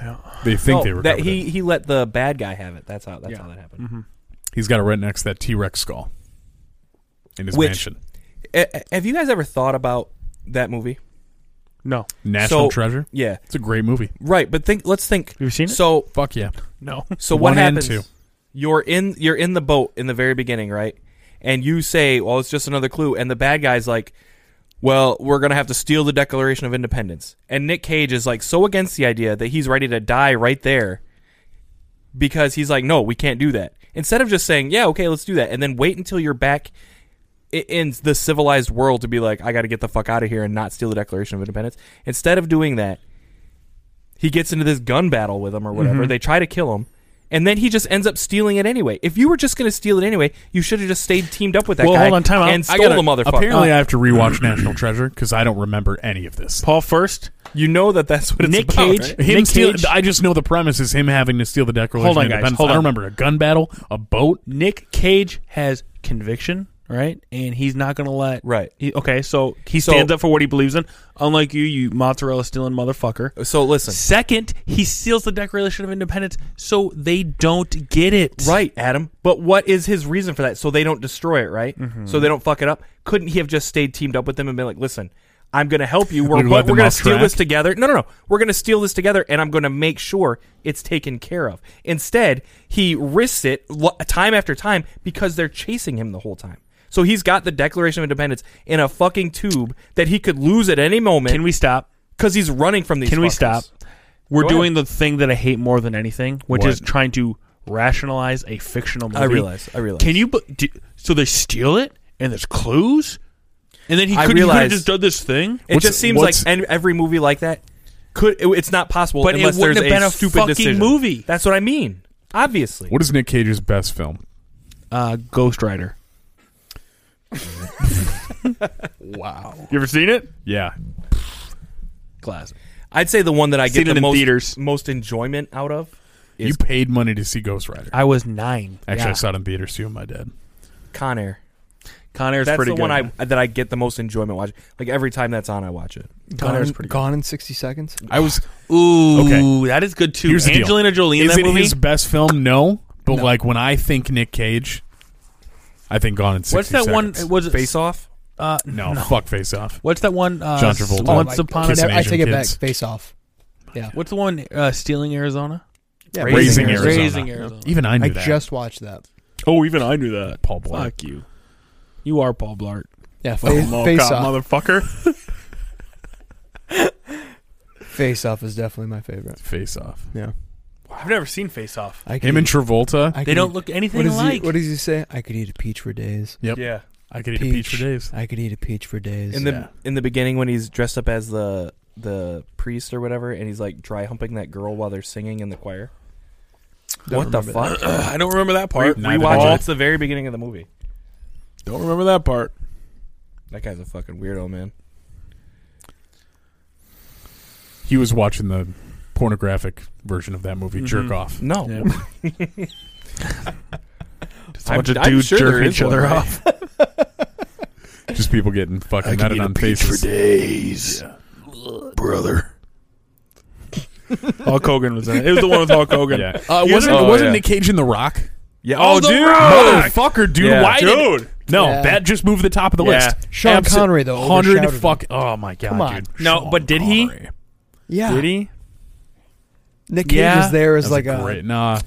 right.
They think they were.
that he he let the bad guy have it. That's how that's
Yeah.
how that happened.
Yeah. hmm
He's got it right next to that T Rex skull in his
Which-
mansion.
A- a- Eh, have you guys ever thought about that movie?
No, have
National
So-
Treasure.
Yeah,
It's a great movie.
right. But think. Let's think.
you seen it?
So
Fuck yeah.
no.
so what
One and
happens?
two.
You're in you're in the boat in the very beginning, right? And you say, "Well, it's just another clue." And the bad guy's like, "Well, we're gonna have to steal the Declaration of Independence." And Nick Cage is like so against the idea that he's ready to die right there because he's like, "No, we can't do that." Instead of just saying, "Yeah, okay, let's do that," and then wait until you're back i- in the civilized world to be like, "I got to get the fuck out of here and not steal the Declaration of Independence."
Mm-hmm.
Instead of doing that, he gets into this gun battle with him or whatever. They try to kill him, and then he just ends up stealing it anyway. If you were just going to steal it anyway, you should have just stayed teamed up with that
Well,
guy
hold on, time out.
and
I
stole the motherfucker.
Apparently, I have to rewatch National Treasure because I don't remember any of this.
Paul first.
you know that that's what it's
Nick
about.
Cage-
right?
Him
Nick
steal,
Cage-
I just know the premise is him having to steal the Declaration
Hold on,
of
guys,
Independence.
hold
I
on.
don't remember a gun battle, a boat.
Nick Cage has conviction, right? And he's not going to let.
Right.
He, okay, so he
So-
stands up for what he believes in. Unlike you, you mozzarella stealing motherfucker.
Uh, So listen,
Second, he steals the Declaration of Independence, so they don't get it.
Right, Adam. But what is his reason for that? So they don't destroy it, right? So they don't fuck it up. Couldn't he have just stayed teamed up with them and been like, listen, I'm going to help you. We're,
We've
but
let
we're
them
going to
off
steal
track.
this together. No, no, no. We're going to steal this together and I'm going to make sure it's taken care of. Instead, he risks it lo- time after time because they're chasing him the whole time. So he's got the Declaration of Independence in a fucking tube that he could lose at any
Can
moment
we stop?
because he's running from these
Can we
fuckers.
stop? We're
Go
doing the thing that I hate more than anything, which
What?
is trying to rationalize a fictional movie.
I realize. I realize.
Can you? bu- Do, so they steal it, and there's clues, and then he
I
could, he could have
realize-
just done this thing.
It
What's-
just seems like
what's-
en- every movie like that could. It, it's not possible
But it
unless
wouldn't
there's
have been a
stupid
fucking
decision.
movie.
That's what I mean. Obviously,
What is Nick Cage's best film?
Uh, Ghost Rider. wow. You ever seen it?
Yeah,
Classic.
I'd say the one that I get
Seen it
the
in
most
theaters.
most enjoyment out of.
you paid money to see Ghost Rider.
I was nine.
Actually,
yeah.
I saw it in theaters too. with My dad.
Con Air.
Con Air's
That's
pretty
the
good.
one I that I get the most enjoyment watching. Like every time that's on, I watch it.
Gone,
Connor's
in-
pretty good.
gone in 60 seconds.
I was.
Ooh,
Okay.
that is good too.
Here's the deal.
Angelina Jolie in
Is
that
it
movie.
his best film? No, but like when I think Nick Cage, I think Gone in sixty
What's that one?
Seconds.
Was it
Face Off.
Uh,
No, fuck Face Off.
What's that one? Uh,
John Travolta.
Oh
Once
my
upon a
God.
Kissing
I take
Asian
it back.
kids.
Face off. Yeah.
What's the one? Uh, stealing Arizona.
yeah
Raising
Raising
Arizona.
Raising Arizona.
Even I knew
I
that.
just watched that.
Oh, even I knew that.
Paul Blart.
Fuck you. You are Paul Blart.
Yeah.
Oh,
Fa- face off.
motherfucker.
Face off is definitely my favorite.
Face Off.
Yeah.
I've never seen Face Off.
I could
Him and
eat-
Travolta.
I
They
could
don't
eat-
look
what
anything
does
alike.
He, what does he say? I could eat a peach for days.
Yep.
Yeah.
I could eat a peach for days.
I could eat a peach for days.
In the in the beginning when he's dressed up as the the priest or whatever, and he's like dry humping that girl while they're singing in the choir. what the fuck?
I don't remember that part.
Neither
Rewatch
do I.
it. It's the very beginning of the movie.
Don't remember that part.
That guy's a fucking weirdo, man.
He was watching the pornographic version of that
Mm-hmm.
movie, Jerk Off.
No.
Yeah. Just a
I'm-
bunch of
I'm
dudes
sure there
jerking
is
each other
one, right?
off.
Just people getting fucking nutted on faces.
days, brother. Hulk Hogan was in it. It was the one with Hulk Hogan.
Yeah. Uh,
You
wasn't
guys- Oh,
wasn't
yeah.
Nick Cage in The Rock?
Yeah.
Oh,
dude.
Motherfucker, dude.
Yeah.
Why did-
Dude.
No,
Yeah.
that just moved to the top of the
Yeah.
list.
Sean Connery, though,
Hundred
overshadowed him.
fuck. Oh my god,
Come on.
dude.
No,
Sean
but did he?
Connery.
yeah.
Did he?
Nick Cage
Yeah.
is there as
That's
like
a
a.
great. Nah,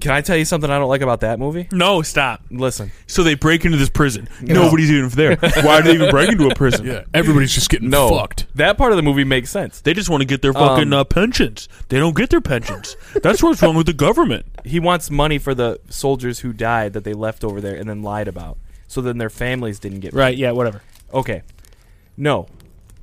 Can I tell you something I don't like about that movie?
No, stop.
Listen,
So they break into this prison. Nobody's even there. Why do they even break into a prison?
yeah. Everybody's just getting
no,
fucked.
that part of the movie makes sense.
They just want to get their fucking uh, pensions. They don't get their pensions. That's what's wrong with the government.
He wants money for the soldiers who died that they left over there and then lied about, so then their families didn't get.
Right, yeah, whatever.
Okay, no.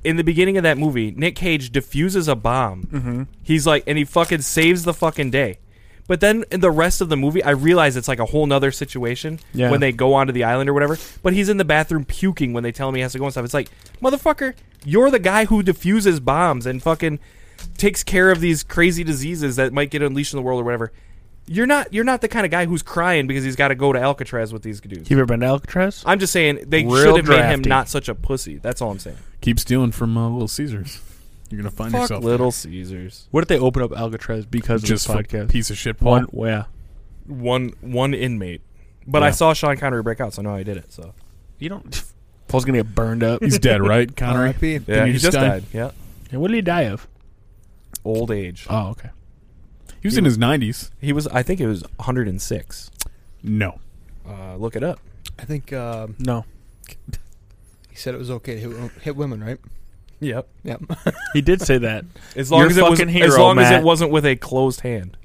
In the beginning of that movie, Nick Cage defuses a bomb. He's like, and he fucking saves the fucking day. But then in the rest of the movie, I realize it's like a whole nother situation
Yeah.
when they go onto the island or whatever. But he's in the bathroom puking when they tell him he has to go and stuff. It's like, motherfucker, you're the guy who defuses bombs and fucking takes care of these crazy diseases that might get unleashed in the world or whatever. You're not you're not the kind of guy who's crying because he's got to go to Alcatraz with these dudes.
You ever been to Alcatraz?
I'm just saying they
Real
should have made him
drafty.
not such a pussy. That's all I'm saying.
Keep stealing from uh, Little Caesars. You're gonna find
Fuck
yourself
Little Caesars.
What if they open up Alcatraz because
just
of
for
this podcast?
piece of shit. Paul.
One, yeah.
One one inmate. But I
Yeah.
saw Sean Connery break out, so I know I did it. So
You don't. Paul's gonna get burned up.
He's dead, right, Connery?
R.I.P.
Yeah. Didn't he
he
just
just
die?
died. Yeah,
And what did he die of?
old age.
Oh, okay.
He was in his 90s.
He was, I think, it was 106.
No.
Uh, look it up.
I think um,
No,
he said it was okay to hit, wo- hit women, right?
Yep.
Yep.
he did say that.
As long
Your
as it was,
fucking hero,
as long as
Matt.
it wasn't with a closed hand.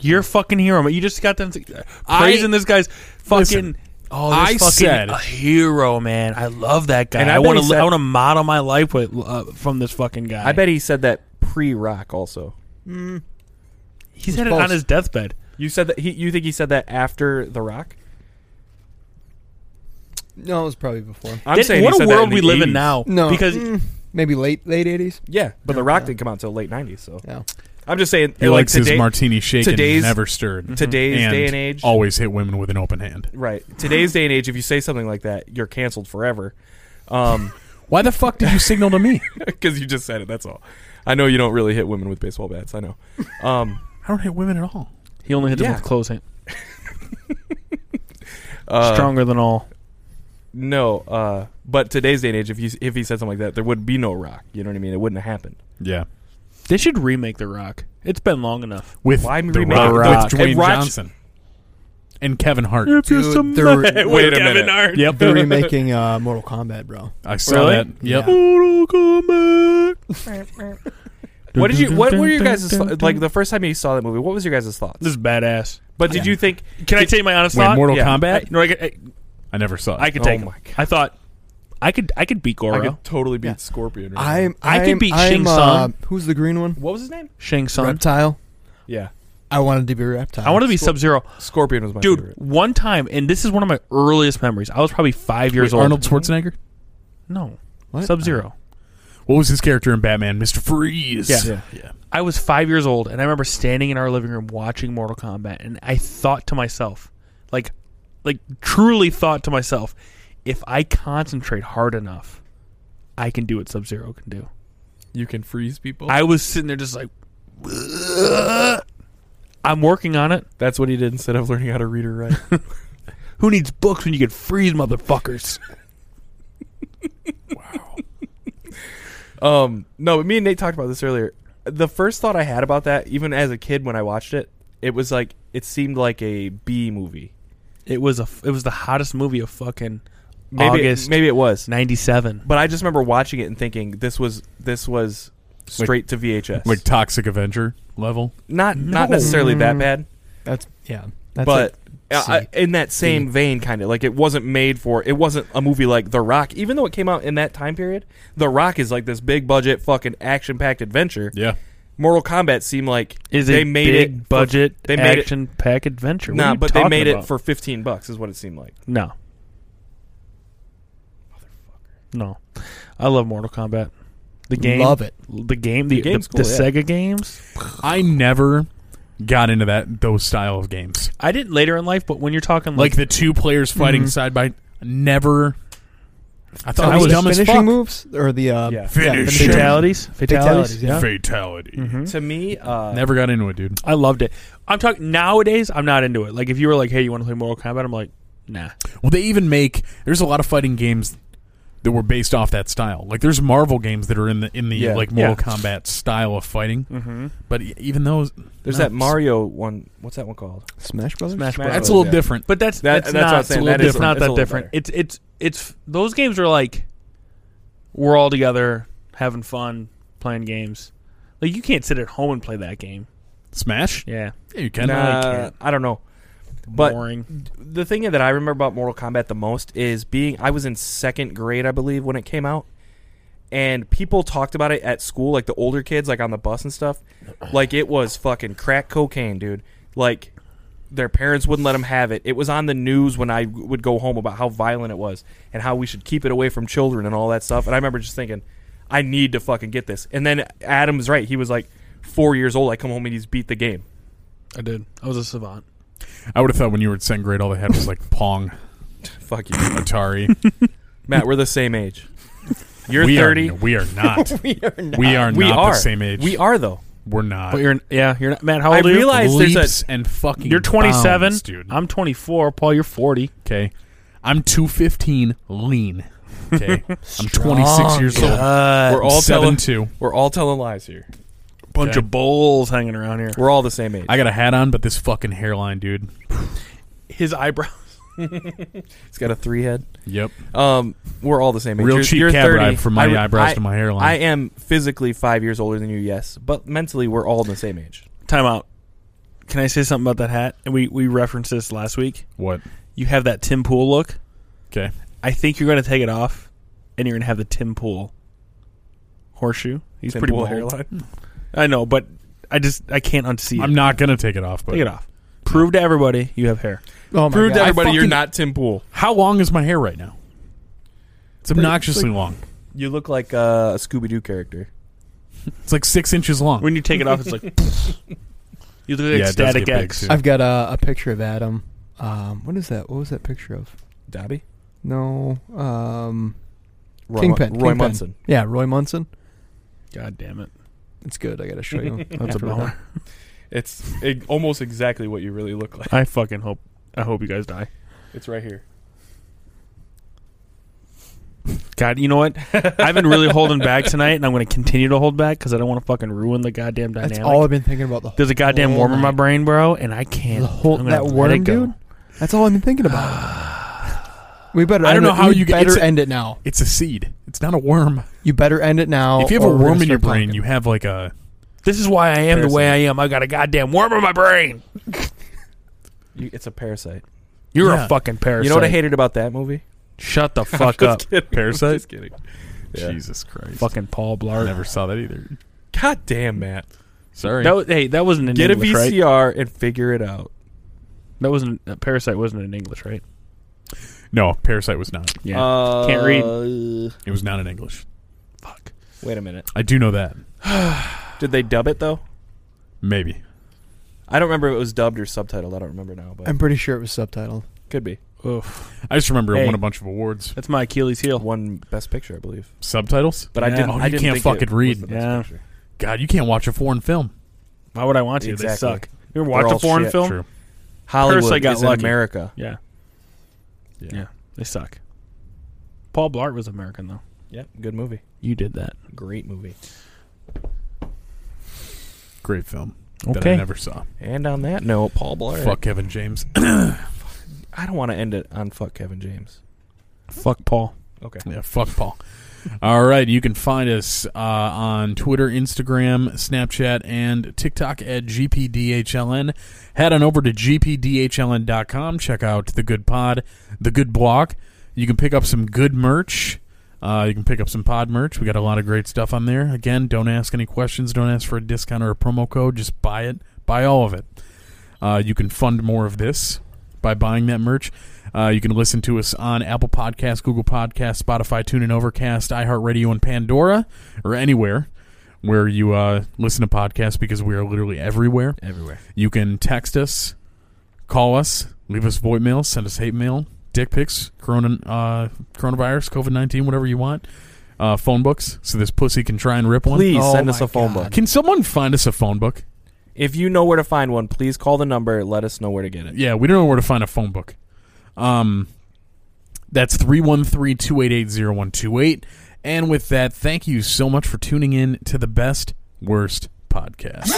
You're a fucking hero. man. You just got them to, uh,
I-
praising this guy's fucking.
Listen,
oh, this
I
fucking
said-
a hero, man. I love that guy.
And I
I
bet
want
he
to.
said-
I want to model my life with uh, from this fucking guy.
I bet he said that pre Rock also.
he
was
said it
false.
on his deathbed.
You said that he. You think he said that after The Rock?
No, it was probably before.
I'm
Did-
saying
what
he
a
said that
world
the
we live in
80s.
now.
No,
because
mm, maybe late late eighties.
Yeah, but The Rock
Yeah.
didn't come out until late '90s. So
Yeah.
I'm just saying.
He
like
likes
today,
his martini shaken,
today's-
never stirred.
today's day and age.
always hit women with an open hand.
Right. Today's day and age, if you say something like that, you're canceled forever. Um,
Why the fuck did you signal to me?
because you just said it. That's all. I know you don't really hit women with baseball bats. I know. Um,
I don't hit women at all.
he only hit them
Yeah.
with close hand.
uh,
Stronger than all.
No. Uh, but today's day and age, if you if he said something like that, there would be no rock. You know what I mean? It wouldn't have happened.
Yeah,
They should remake The Rock. It's been long enough.
with
Why
the
remake
Rock,
The
with
Rock?
Hey,
Dwayne
Rock-
Johnson and Kevin Hart.
Dude, they're,
Wait a
Kevin
minute.
Hart.
Yep,
they're remaking uh, Mortal Kombat, bro.
I saw
Really?
that. Yep.
Yeah.
What did you? What were your guys' like the first time you saw that movie? What was your guys' thoughts?
This is badass.
But did you think?
Can I tell you my honest
Wait,
thought?
Mortal
yeah.
Kombat?
I, no, I could, I,
I never saw it.
I could
Oh
take.
my
him. I thought I could. I could beat Goro.
I could totally beat
Yeah.
Scorpion.
Uh,
right
I'm,
I
I'm,
could beat
I'm,
Shang
uh,
Tsung.
Who's the green one?
now. what was his name?
Shang Tsung.
Reptile.
Yeah,
I wanted to be reptile.
I wanted to be Sub Zero,
Scorpion was my
dude.
favorite.
One time, and this is one of my earliest memories. I was probably five years
Wait,
old.
Arnold Schwarzenegger.
No.
What?
Sub Zero.
What was his character in Batman? Mister Freeze.
Yeah.
yeah.
I was five years old, and I remember standing in our living room watching Mortal Kombat, and I thought to myself, like, like truly thought to myself, if I concentrate hard enough, I can do what Sub Zero can do.
You can freeze people.
I was sitting there just like, I'm working on it.
That's what he did instead of learning how to read or write.
Who needs books when you can freeze motherfuckers?
Um, no, but me and Nate talked about this earlier. The first thought I had about that, even as a kid when I watched it, it was like it seemed like a B movie.
It was a, f- it was the hottest movie of fucking
Maybe
August.
It, maybe it was.
'97.
But I just remember watching it and thinking this was this was straight to VHS.
Like Toxic Avenger level.
not not
No.
necessarily that bad,
That's yeah. That's
but
it.
uh,
C.
I- in that same vein, kind of like it wasn't made for. It wasn't a movie like The Rock, even though it came out in that time period. The Rock is like this big budget, fucking action packed adventure.
Yeah.
Mortal Kombat seemed like
Is
they
a
made
big
it for-
budget
they made it-
action pack adventure.
Nah,
No,
but they made it for 15 bucks is what it seemed like.
no. No, I love Mortal Kombat. The game,
Love it.
The game, the, the,
game's
the
cool, yeah.
Sega games.
I never got into that those style of games.
I didn't later in life, but when you're talking
Like
like,
the two players
Mm-hmm.
fighting side by never I thought
Are
I was
these
dumb as
finishing
fuck.
moves or the uh,
Yeah.
Finish
finishing-
him.
fatalities, fatalities,
Fatalities, yeah.
Fatality.
To me, uh,
Never got into it, dude.
I loved it. I'm talking nowadays. I'm not into it. Like if you were like, "Hey, you want to play Mortal Kombat?" I'm like, "Nah."
Well, they even make there's a lot of fighting games that were based off that style. Like there's Marvel games that are in the in the
Yeah.
like Mortal
Yeah.
Kombat style of fighting.
Mm-hmm.
But e- even those
there's
no,
that Mario one. What's that one called?
Smash Brothers.
Smash Bros.
That's a little
Yeah.
different.
But that's
That-
that's,
that's what
not
I'm saying.
It's, a little
That is
different. not
different. It's a
that
little
different. It's it's it's those games are like we're all together having fun playing games. Like you can't sit at home and play that game.
Smash?
Yeah,
Yeah, you can.
Nah, I don't know. But
boring.
the thing that I remember about Mortal Kombat the most is being I was in second grade, I believe, when it came out, and people talked about it at school, like the older kids, like on the bus and stuff, like it was fucking crack cocaine, dude. Like their parents wouldn't let them have it. It was on the news when I would go home about how violent it was and how we should keep it away from children and all that stuff. And I remember just thinking, I need to fucking get this. And then Adam's right; he was like four years old. I come home and he's beat the game.
I did. I was a savant.
I would have thought when you were in second grade, all they had was like Pong,
Fuck you,
Atari.
Matt. We're the same age. You're
we
thirty.
Are, we are not.
we are not.
we are
we
not
are
the same age.
We are though.
We're not.
But you're yeah, you're not Matt. How
I
old are you?
realize there's a-
Leaps and fucking.
You're 27.
bounds, dude.
I'm 24. Paul, you're 40.
okay. I'm 215 lean. Okay. I'm 26 years old.
we're all
seven
telling
two.
we're all telling lies here.
Uh, Bunch
Okay.
of bulls hanging around here.
We're all the same age.
I got a hat on, but this fucking hairline, dude.
His eyebrow.
It's got a three head.
Yep.
Um, we're all the same age.
Real
You're-
cheap
you're
cab
30.
ride from my
I-
eyebrows
I-
to my hairline.
I am physically five years older than you, yes, but mentally we're all the same age.
Time out. Can I say something about that hat? And we we referenced this last week.
what?
You have that Tim Pool look.
Okay.
I think you're going to take it off, and you're going to have the Tim Pool horseshoe. He's
Tim
pretty
Pool
bald. I know, but I just I can't unsee it.
I'm not gonna take it off, but
take it off. Prove to everybody you have hair.
Oh my
Prove to
God.
everybody you're
fucking-
not Tim Pool.
How long is my hair right now? It's obnoxiously long.
You look like uh, a Scooby Doo character.
It's like six inches long.
When you take it off, it's like you look
Yeah, it
like
does
Static
get big,
X.
too.
I've got a, a picture of Adam. Um, what is that? What was that picture of?
Dobby?
No. Um,
Roy,
Kingpin.
Roy
Kingpin.
Munson.
Yeah, Roy Munson.
God damn it!
It's good. I gotta show you.
That's a
after we're
bummer.
done.
It's it, almost exactly what you really look like.
I fucking hope. I hope you guys die.
It's right here.
God, you know what? I've been really holding back tonight, and I'm going to continue to hold back because I don't want to fucking ruin the goddamn dynamic.
That's all I've been thinking about the whole,
There's a goddamn
Oh
worm in my
my-
brain, bro, and I can't.
the whole
I'm
that
gonna
worm,
let it go.
dude. That's all I've been thinking about. We better.
I
end
don't know
it-
how
we
you get-
better
it's a-
end it now.
it's a seed. It's not a worm.
You better end it now.
if you have
or
a
we're
worm
gonna
in your
start
brain,
blocking.
you have like a.
This is why I am the way I am. I got a goddamn worm in my brain.
You, it's a parasite.
You're
Yeah.
a fucking parasite.
You know what I hated about that movie?
Shut the fuck up,
Parasite?
Just kidding.
Jesus Christ.
fucking Paul
I
Blart.
never saw that either.
God damn, Matt.
Sorry.
That was, hey, that wasn't in
Get
English,
a
right?
VCR and figure it out.
That wasn't uh, Parasite. Wasn't in English, right?
No, Parasite was not.
Yeah.
Uh,
Can't read.
It was not in English.
fuck.
Wait a minute.
I do know that.
Did they dub it though?
Maybe.
I don't remember if it was dubbed or subtitled. I don't remember now, but
I'm pretty sure it was subtitled.
could be
Oof.
I just remember it
Hey.
won a bunch of awards.
That's my Achilles heel.
one best picture, I believe.
Subtitles?
But I
Yeah.
didn't.
Oh,
I
you
didn't
can't
think
fucking
it was
read.
the best
Yeah.
picture.
God, you can't watch a foreign film.
Why would I want to? They
Exactly.
suck. You ever
They're
watch a
all
foreign
shit.
film?
True.
Hollywood
Parasite got
is in
lucky.
America.
Yeah.
Yeah.
They suck. Paul Blart was American though.
Yep, good movie.
You did that.
Great movie.
Great film. That I
Okay.
never saw.
And on that note, Paul Blart.
Fuck Kevin James.
I don't want to end it on fuck Kevin James.
Fuck Paul.
Okay.
Yeah, fuck Paul. All right, you can find us uh, on Twitter, Instagram, Snapchat, and TikTok at GPDHLN. Head on over to GPDHLN.com. Check out the good pod, the good blog. You can pick up some good merch. Uh, you can pick up some pod merch. We got a lot of great stuff on there. Again, don't ask any questions. Don't ask for a discount or a promo code. Just buy it. Buy all of it. Uh, you can fund more of this by buying that merch. Uh, you can listen to us on Apple Podcasts, Google Podcasts, Spotify, TuneIn, Overcast, iHeartRadio, and Pandora, or anywhere where you uh, listen to podcasts because we are literally everywhere.
Everywhere.
You can text us, call us, leave us voicemail, send us hate mail, dick pics, corona, uh, coronavirus, COVID 19, whatever you want, uh, phone books, so this pussy can try and rip one.
Please
Oh
send us
my
a phone
God.
book.
Can someone find us a phone book?
If you know where to find one, please call the number. Let us know where to get it.
Yeah, we don't know where to find a phone book. Um, that's 313-288-0128. And with that, thank you so much for tuning in to the best worst podcast.